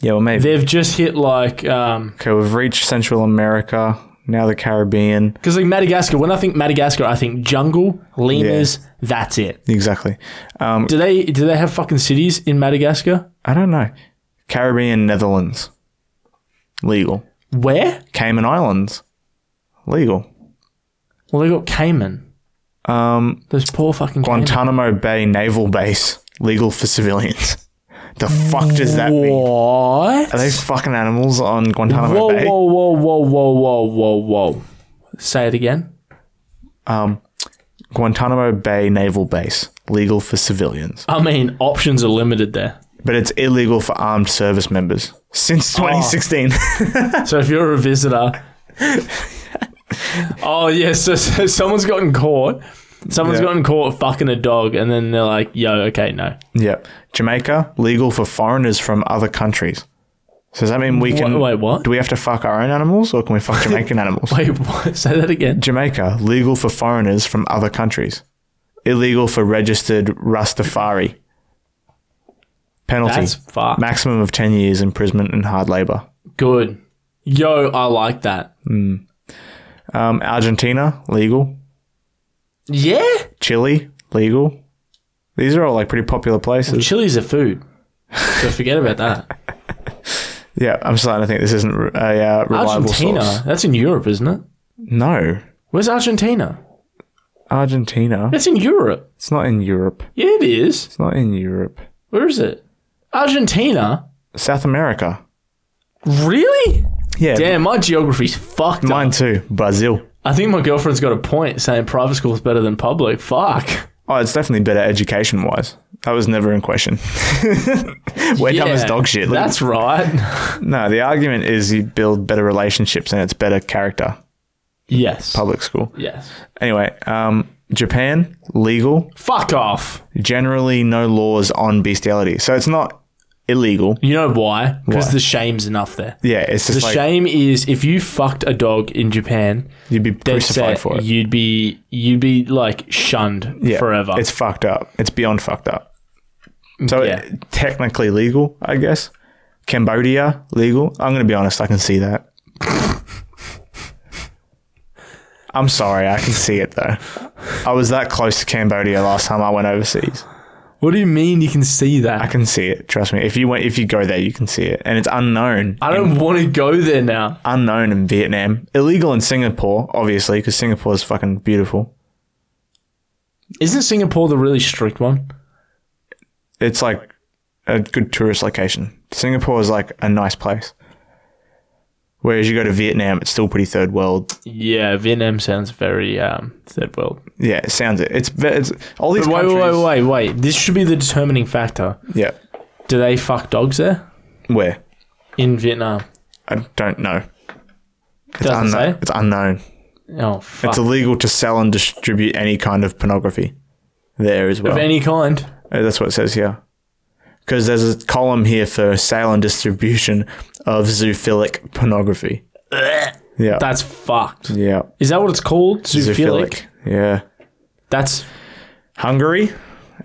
A: Yeah, well, maybe.
B: They've just hit like, um, because
A: Okay, we've reached Central America. Now the Caribbean.
B: like Madagascar. When I think Madagascar, I think jungle, lemurs. That's it.
A: Exactly. Um,
B: Do they do they have fucking cities in Madagascar?
A: I don't know. Caribbean, Netherlands. Legal.
B: Where?
A: Cayman Islands. Legal.
B: Well, they got Cayman.
A: Um,
B: Those poor fucking Cayman.
A: Guantanamo Bay Naval Base. Legal for civilians. The fuck does that mean?
B: What?
A: Are they fucking animals on Guantanamo
B: whoa,
A: Bay?
B: whoa, whoa, whoa, whoa, whoa, whoa, whoa. Say it again.
A: Um, Guantanamo Bay Naval Base. Legal for civilians.
B: I mean, options are limited there.
A: But it's illegal for armed service members since
B: Oh.
A: 2016.
B: So if you're a visitor, oh yes, so, so someone's gotten caught. Someone's
A: Yeah.
B: gotten caught fucking a dog, and then they're like, "Yo, okay, no."
A: Yep. Jamaica, legal for foreigners from other countries. So does that mean we can
B: Wait, wait, what?
A: do we have to fuck our own animals or can we fuck Jamaican animals?
B: Wait, what? say that again.
A: Jamaica, legal for foreigners from other countries. Illegal for registered Rastafari. Penalty.
B: That's fucked.
A: Maximum of 10 years imprisonment and hard labor.
B: Good. Yo, I like that.
A: Um, Argentina, legal.
B: Yeah,
A: Chile, legal. These are all like pretty popular places.
B: chili's a food, so forget about that.
A: Yeah, I'm starting to think this isn't re- a uh, reliable
B: Argentina,
A: source.
B: that's in Europe, isn't it?
A: No.
B: Where's Argentina?
A: Argentina.
B: That's in Europe.
A: It's not in Europe.
B: Yeah, it is.
A: It's not in Europe.
B: Where is it? Argentina.
A: South America.
B: Really?
A: Yeah.
B: Damn, my geography's fucked. up.
A: Mine too. Brazil.
B: I think my girlfriend's got a point saying private school is better than public. Fuck.
A: Oh, it's definitely better education wise. That was never in question. We're dumb as
B: Yeah,
A: dog shit. Look-
B: That's right.
A: no, the argument is you build better relationships and it's better character.
B: yes.
A: Public school.
B: Yes.
A: Anyway, um, Japan, legal.
B: Fuck off.
A: Generally, no laws on bestiality. So it's not illegal.
B: You know why?
A: Why?
B: Because the shame's enough there.
A: Yeah, it's
B: The
A: just like
B: shame is if you fucked a dog in Japan,
A: you'd be
B: dead
A: crucified
B: set,
A: for it.
B: you'd be you'd be like shunned
A: Yeah,
B: forever.
A: It's fucked up. It's beyond fucked up. So it-
B: Yeah.
A: technically legal, I guess. Cambodia legal. I'm gonna be honest. I can see that. I'm sorry. I can see it though. I was that close to Cambodia last time I went overseas.
B: what do you mean you can see
A: I
B: that?
A: can see it. Trust me. If you went, if you go there, you can see it, and it's unknown.
B: I don't want to go there now.
A: unknown in Vietnam. Illegal in Singapore, obviously, because Singapore is fucking beautiful.
B: Isn't Singapore the really strict one?
A: It's like a good tourist location. Singapore is like a nice place. Whereas you go to Vietnam, it's still pretty third world.
B: Yeah, Vietnam sounds very um, third world.
A: Yeah, it sounds it. It's, ve- it's all these
B: But wait,
A: countries.
B: wait, wait, wait, wait. This should be the determining factor.
A: Yeah,
B: Do they fuck dogs there
A: where
B: in Vietnam?
A: I don't know. It's
B: Doesn't
A: unknown.
B: say.
A: It's unknown.
B: Oh fuck!
A: It's illegal to sell and distribute any kind of pornography there as well.
B: of any kind.
A: Uh, That's what it says here. Because there's a column here for sale and distribution of zoophilic pornography. Yeah.
B: That's fucked.
A: yeah.
B: Is that what it's called? Zoophilic.
A: Yeah.
B: That's.
A: Hungary?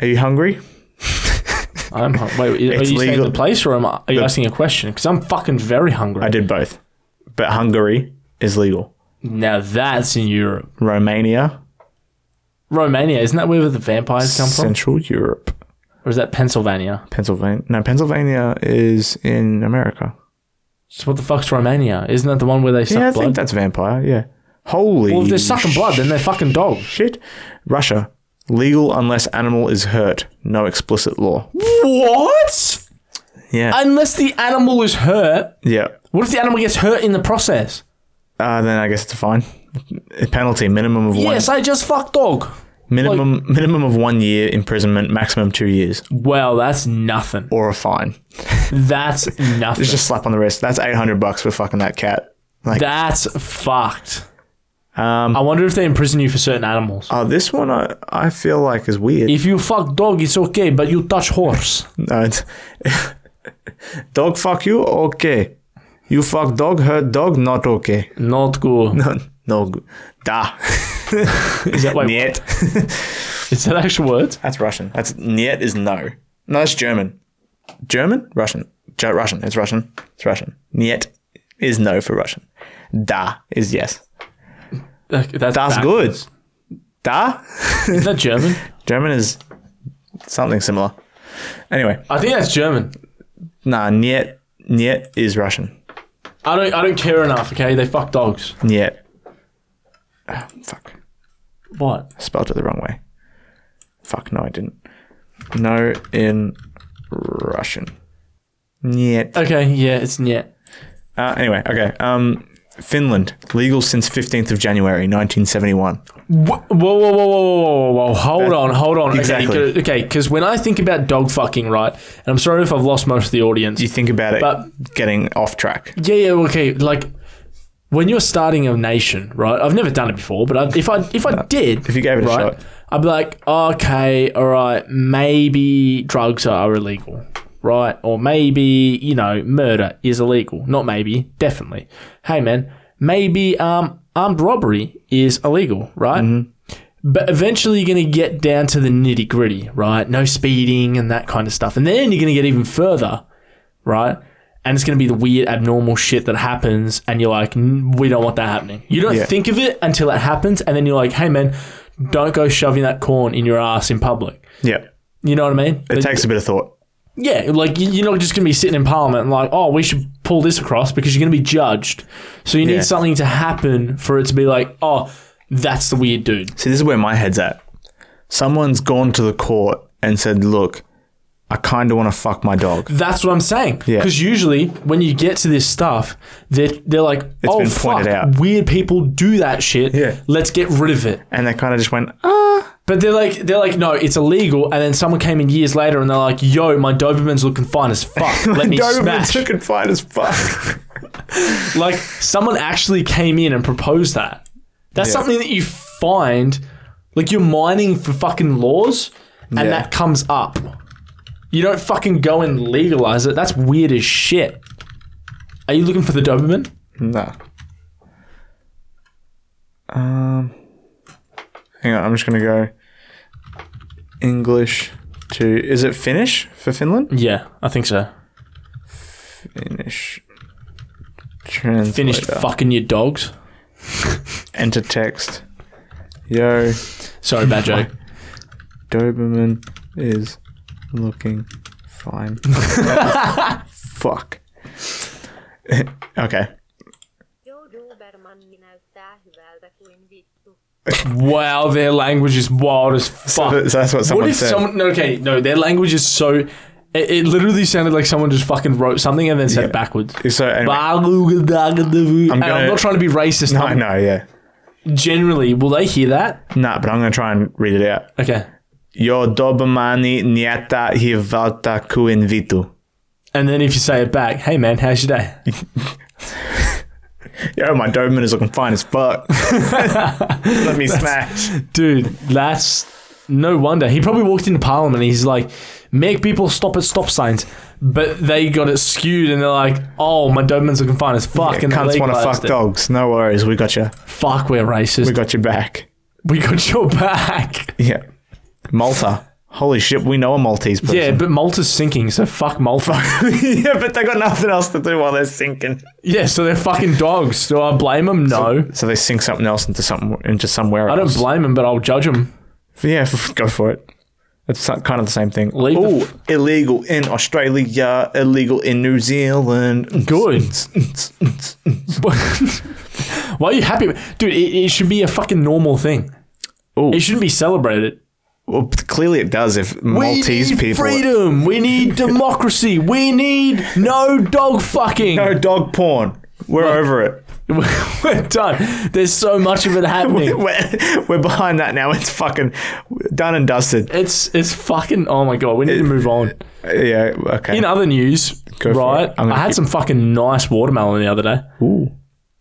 A: Are you hungry?
B: I'm hung- wait. Are
A: It's
B: you saying
A: legal-
B: the place, or am I, are you asking a question? Because I'm fucking very hungry.
A: I did both. But Hungary is legal.
B: now that's in Europe.
A: Romania,
B: Romania isn't that where the vampires come from,
A: Central Europe,
B: or is that Pennsylvania?
A: Pennsylvania. No, Pennsylvania is in America.
B: So what the fuck's Romania? Isn't that the one where they suck
A: yeah, I think
B: blood?
A: that's vampire. Yeah. Holy
B: well, if they're sucking blood, then they're fucking dog.
A: shit. Russia, legal unless animal is hurt. No explicit law.
B: What?
A: Yeah.
B: Unless the animal is hurt.
A: yeah.
B: What if the animal gets hurt in the process?
A: Uh, then I guess it's a fine. A penalty minimum of
B: Yes, I just fucked dog.
A: one minimum minimum of one year imprisonment, maximum two years,
B: Well, that's nothing.
A: or a fine.
B: That's nothing.
A: It's just slap on the wrist. That's eight hundred bucks for fucking that cat. Like
B: That's fucked.
A: um
B: I wonder if they imprison you for certain animals.
A: oh, this one I, I feel like is weird. Uh,
B: If you fuck dog, it's okay, but you touch horse.
A: No, it's- Dog fuck you, okay. You fuck dog, hurt dog, not okay.
B: Not good.
A: No, no, good. da.
B: Is that, wait,
A: Niet.
B: is that actual word?
A: That's Russian. That's niet is no. No, that's German. German? Russian. Ju- Russian. It's Russian. It's Russian. Niet is no for Russian. Da is yes.
B: That- That's,
A: That's good.
B: backwards.
A: Da?
B: Is that German?
A: German is something similar. Anyway,
B: I think that's German.
A: nah, niet, niet is Russian.
B: I don't. I don't care enough. Okay, they fuck dogs.
A: Niet. Ah, fuck.
B: What?
A: I spelled it the wrong way. Fuck, no, I didn't. No in Russian. Niet.
B: Okay, yeah, it's yeah.
A: Uh, anyway, okay. Um, Finland, legal since 15th of January 1971.
B: Whoa, whoa, whoa, whoa, whoa, whoa, whoa! Hold on, hold on.
A: Exactly.
B: Okay, 'cause- okay. Because when I think about dog fucking, right, and I'm sorry if I've lost most of the audience.
A: You think about it
B: But-
A: getting off track.
B: Yeah, yeah, okay. Like when you're starting a nation, right? I've never done it before, but I, if I if I did,
A: If you gave it a
B: right,
A: shot.
B: I'd be like, okay, all right, maybe drugs are illegal, right? Or maybe you know murder is illegal. Not maybe, definitely. Hey, man, maybe um armed robbery is illegal, right?
A: Mm-hmm.
B: But eventually, you're going to get down to the nitty gritty, right? No speeding and that kind of stuff. And then you're going to get even further, right? And it's going to be the weird, abnormal shit that happens. And you're like, "N- we don't want that happening. You don't
A: Yeah.
B: think of it until it happens. And then you're like, hey, man, don't go shoving that corn in your ass in public.
A: Yeah.
B: You know what I mean?
A: It takes a bit of thought.
B: Yeah, like you- you're not just going to be sitting in Parliament and like, oh, we should pull this across because you're going to be judged. So you need
A: Yeah.
B: something to happen for it to be like, oh, that's the weird dude.
A: See, this is where my head's at. Someone's gone to the court and said, look, I kind of want to fuck my dog.
B: That's what I'm saying.
A: Yeah.
B: Because usually when you get to this stuff, they're, they're like, oh,
A: been
B: fuck,
A: pointed out."
B: weird people do that shit.
A: Yeah.
B: Let's get rid of it.
A: And they kind of just went, "Ah."
B: But they're like, they're like, no, it's illegal. And then someone came in years later and they're like, yo, my Doberman's looking fine as fuck. Let me
A: Doberman's
B: smash.
A: looking fine as fuck.
B: like someone actually came in and proposed that. That's
A: Yeah.
B: something that you find, like you're mining for fucking laws, and
A: Yeah.
B: that comes up. You don't fucking go and legalize it. That's weird as shit. Are you looking for the Doberman?
A: nah. Um, hang on, I'm just going to go English to, is it Finnish for Finland?
B: Yeah, I think so.
A: Finnish. Translator.
B: Finished fucking your dogs.
A: Enter text. Yo,
B: Sorry, bad joke.
A: Doberman is looking fine. Fuck. okay.
D: Joo Duberman näyttää hyvältä kuin vittu.
B: wow, their language is wild as fuck.
A: So that's what someone
B: what if
A: said.
B: someone? No, okay, no, their language is so. It, it literally sounded like someone just fucking wrote something and then said
A: Yeah.
B: it backwards.
A: so anyway,
B: Balugadagadoo. And I'm,
A: gonna-
B: not trying to be racist.
A: no,
B: I'm-
A: no, yeah.
B: Generally, will they hear that?
A: Nah, but I'm gonna try and read it out.
B: Okay.
A: Yo Dobermani nieta hivalta kuin vitu.
B: And then if you say it back, hey man, how's your day?
A: Yo, my Doberman is looking fine as fuck. Let me smash.
B: Dude, that's no wonder. He probably walked into Parliament and he's like, make people stop at stop signs. But they got it skewed and they're like, oh, my Doberman's looking fine as fuck. and they
A: Cunts want to
B: legalised
A: fuck
B: it.
A: dogs. No worries, we got you.
B: Fuck, we're racist.
A: We got you back.
B: we got your back.
A: Yeah. Malta. Holy shit, we know a Maltese person.
B: Yeah, but Malta's sinking, so fuck Malta.
A: yeah, but they got nothing else to do while they're sinking.
B: yeah, so they're fucking dogs. Do I blame them? No.
A: So they sink something else into something into somewhere
B: I don't
A: else.
B: blame them, but I'll judge them.
A: yeah, go for it. It's so- kind of the same thing.
B: Leave the
A: Oh,
B: f-
A: illegal in Australia, illegal in New Zealand.
B: Good. Why are you happy? about- Dude, it, it should be a fucking normal thing.
A: Ooh.
B: It shouldn't be celebrated.
A: Well, clearly it does if Maltese
B: we need
A: people.
B: freedom. We need democracy. We need no dog fucking.
A: No dog porn. We're over it.
B: We're done. There's so much of it happening.
A: We're, we're behind that now. It's fucking done and dusted.
B: It's it's fucking. Oh my god. We need to move on.
A: Yeah, okay.
B: In other news,
A: Go for
B: right?
A: it. I'm
B: I
A: gonna
B: had
A: keep-
B: some fucking nice watermelon the other day.
A: Ooh.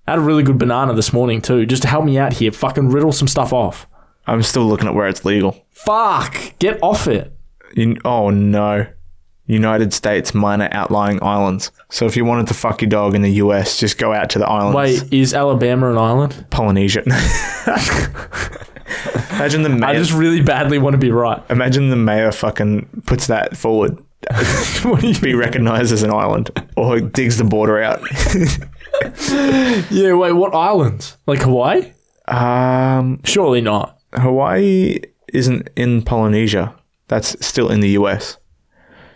B: I had a really good banana this morning too. Just to help me out here, fucking riddle some stuff off.
A: I'm still looking at where it's legal.
B: Fuck. Get off it.
A: You, oh no. United States minor outlying islands. So if you wanted to fuck your dog in the US, just go out to the islands.
B: Wait, is Alabama an island?
A: Polynesia. imagine the mayor.
B: I just really badly want to be right.
A: imagine the mayor fucking puts that forward.
B: What do you-
A: Be recognised as an island, or digs the border out.
B: yeah, wait, what islands? Like Hawaii?
A: um,
B: Surely not.
A: Hawaii isn't in Polynesia. That's still in the US.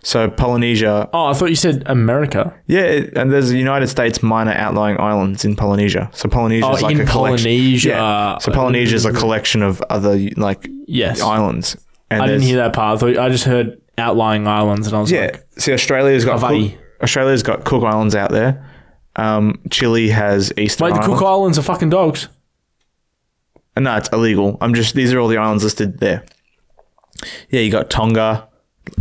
A: So Polynesia,
B: Oh, I thought you said America.
A: yeah, it- and there's the United States minor outlying islands in Polynesia. So Polynesia
B: Oh,
A: is like
B: in
A: a collection.
B: Polynesia.
A: Yeah. So Polynesia is a collection of other like
B: Yes.
A: islands. And
B: I didn't
A: there's-
B: hear that part. I, thought, I just heard outlying islands and I was
A: Yeah.
B: like,
A: See, Australia's got
B: Hawaii.
A: Cook, Australia's got Cook Islands out there. Um, Chile has Eastern
B: wait, the Cook
A: Islands.
B: Islands are fucking dogs.
A: no, it's illegal. I'm just these are all the islands listed there. Yeah, you got Tonga,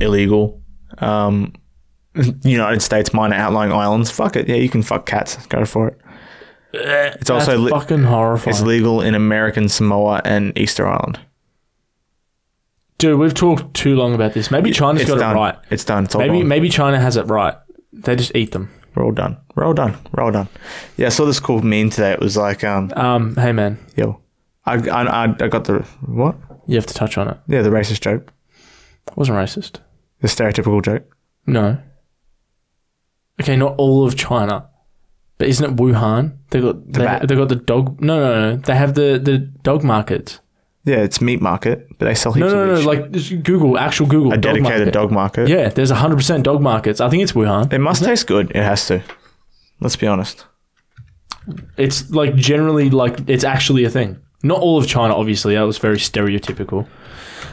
A: illegal. Um, United States minor outlying islands. Fuck it. Yeah, you can fuck cats. Go for it.
B: It's
A: also li-
B: fucking horrifying.
A: It's legal in American Samoa and Easter Island.
B: Dude, we've talked too long about this. Maybe China's
A: it's
B: got
A: done.
B: it right.
A: It's done. It's all
B: Maybe
A: gone.
B: maybe China has it right. They just eat them.
A: We're all done. We're all done. We're all done. Yeah, I saw this cool meme today. It was like, um,
B: Um, hey man,
A: yo, I, I, I I got the what?
B: you have to touch on it.
A: Yeah, the racist joke,
B: I wasn't racist.
A: the stereotypical joke.
B: No. Okay, not all of China, but isn't it Wuhan? They got they,
A: bat.
B: they got the dog. No, no, no. They have the the dog markets.
A: Yeah, it's meat market, but they sell heaps
B: No, no,
A: of
B: no.
A: each.
B: Like just Google, actual Google.
A: a dedicated dog market.
B: Yeah, there's hundred percent dog markets. I think it's Wuhan.
A: It must taste good. It has to. Let's be honest.
B: It's like generally like it's actually a thing. Not all of China, obviously. That was very stereotypical.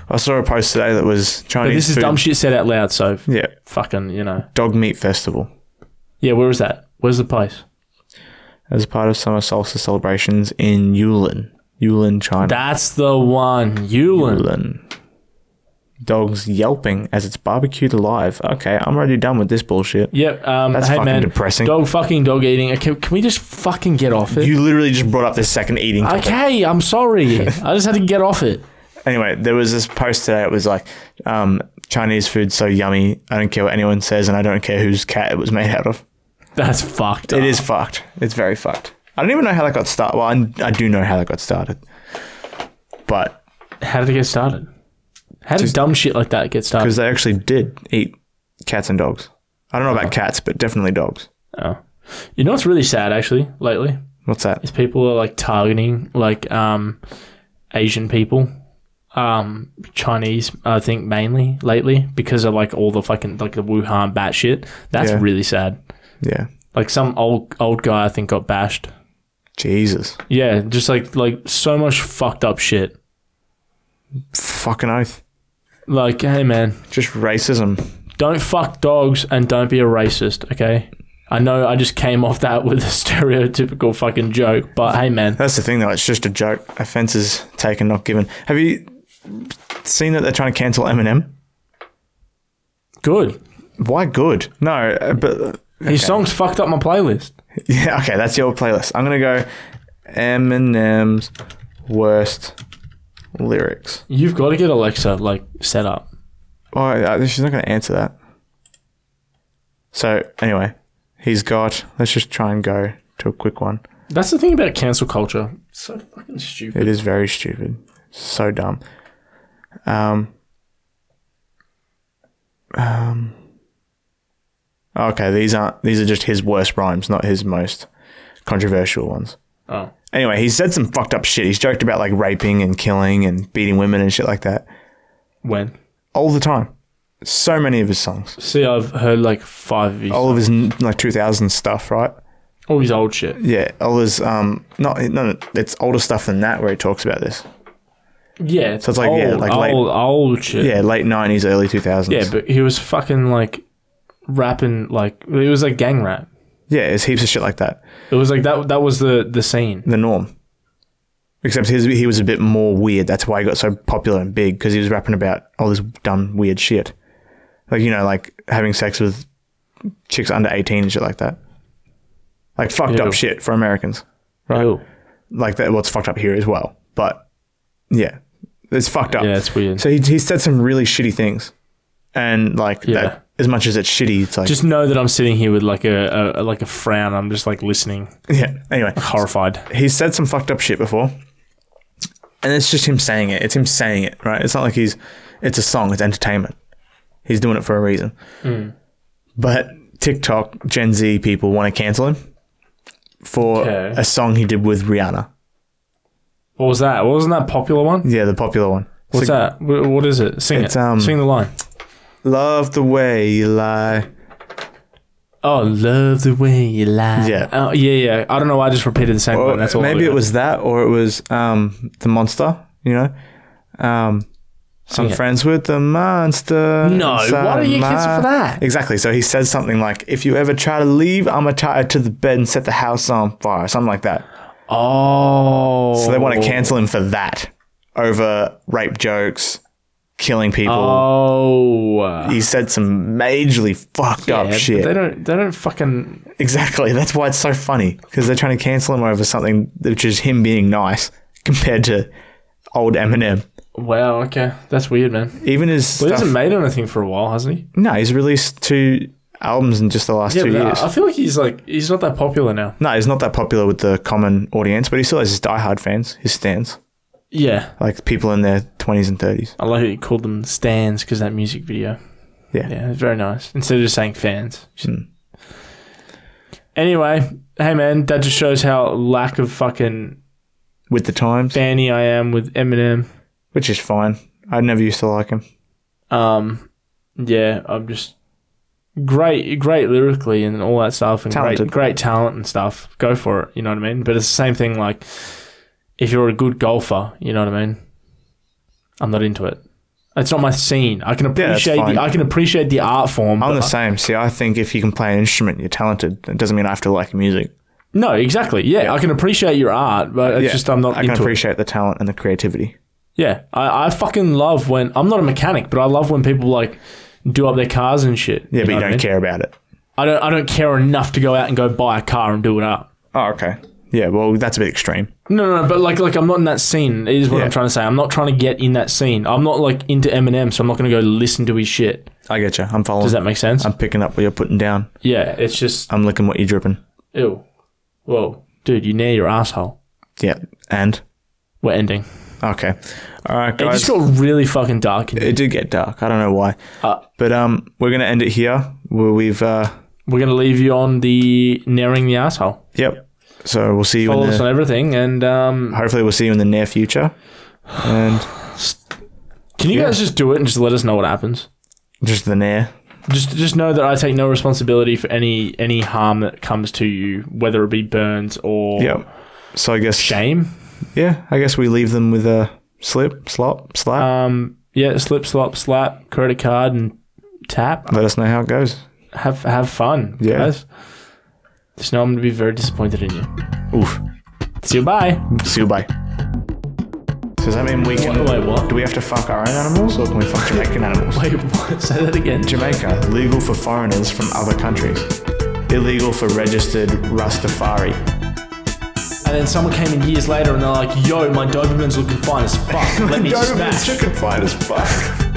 A: I saw a post today that was Chinese.
B: But this is
A: food.
B: dumb shit said out loud. So
A: Yeah,
B: fucking you know.
A: dog meat festival.
B: Yeah, where is that? Where's the place?
A: As part of summer solstice celebrations in Yulin, Yulin, China.
B: That's the one, Yulin.
A: Yulin. Dogs yelping as it's barbecued alive. Okay, I'm already done with this bullshit.
B: Yep. Um,
A: That's
B: hey
A: fucking
B: man,
A: depressing.
B: Dog fucking dog eating. Okay, can we just fucking get off it?
A: You literally just brought up this second eating topic.
B: okay, I'm sorry. I just had to get off it.
A: Anyway, there was this post today. It was like, um, Chinese food's so yummy. I don't care what anyone says, and I don't care whose cat it was made out of.
B: That's fucked.
A: It is fucked. It's very fucked. I don't even know how that got started. Well, I, I do know how that got started, but
B: How did it get started? How did dumb shit like that get started?
A: because they actually did eat cats and dogs. I don't know about cats, but definitely dogs.
B: Oh. You know what's really sad actually lately
A: What's that?
B: is people are like targeting like um Asian people, um Chinese I think mainly lately because of like all the fucking like the Wuhan bat shit. That's
A: Yeah.
B: really sad.
A: Yeah,
B: Like some old old guy I think got bashed.
A: Jesus,
B: Yeah, just like like so much fucked up shit.
A: fucking oath.
B: Like, hey man,
A: Just racism.
B: don't fuck dogs and don't be a racist, okay? I know I just came off that with a stereotypical fucking joke, but hey man,
A: That's the thing, though. It's just a joke. Offences taken, not given. Have you seen that they're trying to cancel Eminem?
B: good.
A: Why good? No, uh, but uh,
B: His songs fucked up my playlist.
A: yeah, okay, that's your playlist. I'm gonna go Eminem's worst lyrics.
B: You've got to get Alexa like set up.
A: Oh, uh, she's not gonna answer that. So anyway, he's got. Let's just try and go to a quick one.
B: That's the thing about cancel culture. It's so fucking stupid.
A: It is very stupid. So dumb. Um. Um. Okay, these aren't. These are just his worst rhymes, not his most controversial ones.
B: Oh.
A: Anyway, he said some fucked up shit. He's joked about like raping and killing and beating women and shit like that
B: When?
A: all the time. So many of his songs,
B: See, I've heard like five of his
A: all of his like 2000 stuff, right?
B: all his old shit.
A: Yeah, all his um, not no, it's older stuff than that where he talks about this.
B: Yeah, so
A: it's like, yeah, like late-
B: old, old shit.
A: Yeah, late 90s, early 2000s.
B: Yeah, but he was fucking like rapping like it was like gang rap.
A: Yeah, it's heaps of shit like that.
B: It was like that that was the the scene.
A: The norm. Except his, he was a bit more weird. That's why he got so popular and big because he was rapping about all this dumb, weird shit. Like, you know, like having sex with chicks under 18 and shit like that. Like, fucked
B: Ew.
A: up shit for Americans.
B: Right.
A: Like, that, what's fucked up here as well. But, yeah, it's fucked up.
B: Yeah, it's weird.
A: So he, he said some really shitty things. And, like,
B: Yeah.
A: that as much as it's shitty, it's like
B: Just know that I'm sitting here with like a, a, a like a frown. I'm just like listening,
A: yeah. Anyway,
B: horrified.
A: he's said some fucked up shit before, and it's just him saying it. It's him saying it, right? It's not like he's. It's a song. It's entertainment. He's doing it for a reason.
B: Hmm.
A: But TikTok Gen Z people want to cancel him for
B: Okay.
A: a song he did with Rihanna.
B: What was that? What wasn't that popular one?
A: Yeah, the popular one.
B: What's that? Wh- What is it? Sing
A: It's,
B: it.
A: um,
B: Sing the line.
A: Love the way you lie.
B: Oh, love the way you lie.
A: Yeah.
B: Oh, yeah, yeah. I don't know. why I just repeated the same
A: Or
B: one. That's all. I
A: maybe
B: did.
A: it was that, or it was um, the monster. You know, um, I'm
B: Sing it.
A: friends with the monster.
B: No,
A: inside
B: why do you
A: my-
B: kids for that?
A: Exactly. So he says something like, "If you ever try to leave, I'ma tie it to the bed and set the house on fire," something like that.
B: Oh.
A: So they want to cancel him for that over rape jokes, killing people.
B: Oh.
A: He said some majorly fucked
B: Yeah,
A: up
B: but
A: shit.
B: They don't. They don't fucking.
A: Exactly. That's why it's so funny because they're trying to cancel him over something which is him being nice compared to old Eminem.
B: Wow. Okay. That's weird, man.
A: Even his
B: Well, he
A: stuff.
B: hasn't made anything for a while, has he?
A: no, he's released two albums in just the last
B: Yeah.
A: two
B: but uh,
A: years.
B: I I feel like he's like he's not that popular now.
A: no, he's not that popular with the common audience, but he still has his diehard fans, his stands,
B: Yeah.
A: like people in their twenties and thirties.
B: I like how you called them stands because that music video.
A: Yeah.
B: Yeah, it's very nice. Instead of just saying fans. you
A: hmm,
B: should- Anyway, hey man, that just shows how lack of fucking
A: with the times,
B: fanny I am with Eminem.
A: which is fine. I never used to like him.
B: Um, yeah, I'm just great, great lyrically and all that stuff, and
A: Talented.
B: great, great talent and stuff. Go for it, you know what I mean. But it's the same thing. Like, if you're a good golfer, you know what I mean. I'm not into it. It's not my scene. I can
A: that's
B: appreciate
A: fine.
B: the I can appreciate the art form.
A: I'm
B: but-
A: the same. See, I think if you can play an instrument, you're talented. It doesn't mean I have to like music.
B: no, exactly. Yeah, I can appreciate your art, but it's
A: Yeah,
B: just I'm not
A: I
B: into
A: can
B: it.
A: appreciate the talent and the creativity.
B: Yeah, I, I fucking love when I'm not a mechanic, but I love when people like do up their cars and shit.
A: Yeah, but you
B: know what I
A: don't
B: mean?
A: care about it.
B: I don't I don't care enough to go out and go buy a car and do it up.
A: Oh, okay. Yeah, well, that's a bit extreme.
B: No, no, no, but like, like I'm not in that scene. Is what
A: Yeah.
B: I'm trying to say. I'm not trying to get in that scene. I'm not like into Eminem, so I'm not going to go listen to his shit.
A: I get you. I'm following.
B: Does that make sense?
A: I'm picking up what you're putting down.
B: yeah, it's just
A: I'm licking what you're dripping.
B: ew. Whoa, dude, you near your asshole.
A: Yeah. And
B: We're ending.
A: okay. All right,
B: It
A: guys.
B: just got really fucking dark. In here.
A: It did get dark. I don't know why,
B: Uh,
A: but um, we're gonna end it here. Where we've uh,
B: We're gonna leave you on the narrowing the asshole.
A: yep. So we'll see you
B: Follow
A: in
B: us
A: the.
B: on everything, and um,
A: Hopefully, we'll see you in the near future. And
B: can you
A: Yeah.
B: guys just do it and just let us know what happens?
A: just the near.
B: Just, just know that I take no responsibility for any any harm that comes to you, whether it be burns or
A: Yep. So I guess
B: shame.
A: Yeah, I guess we leave them with a slip, slop, slap.
B: Um, yeah, slip, slop, slap, credit card, and tap.
A: Let us know how it goes.
B: Have have fun,
A: Yeah.
B: guys. Just know I'm gonna be very disappointed in you.
A: Oof.
B: See you. Bye.
A: See you. Bye. So does that mean we can?
B: Wait, what?
A: Do we have to fuck our own animals, or can we fuck Jamaican animals?
B: Wait, what? Say that again.
A: Jamaica legal for foreigners from other countries. Illegal for registered Rastafari.
B: And then someone came in years later and they're like, "Yo, my Doberman's looking fine as fuck. Let me
A: Doberman's
B: smash."
A: chicken fried as fuck.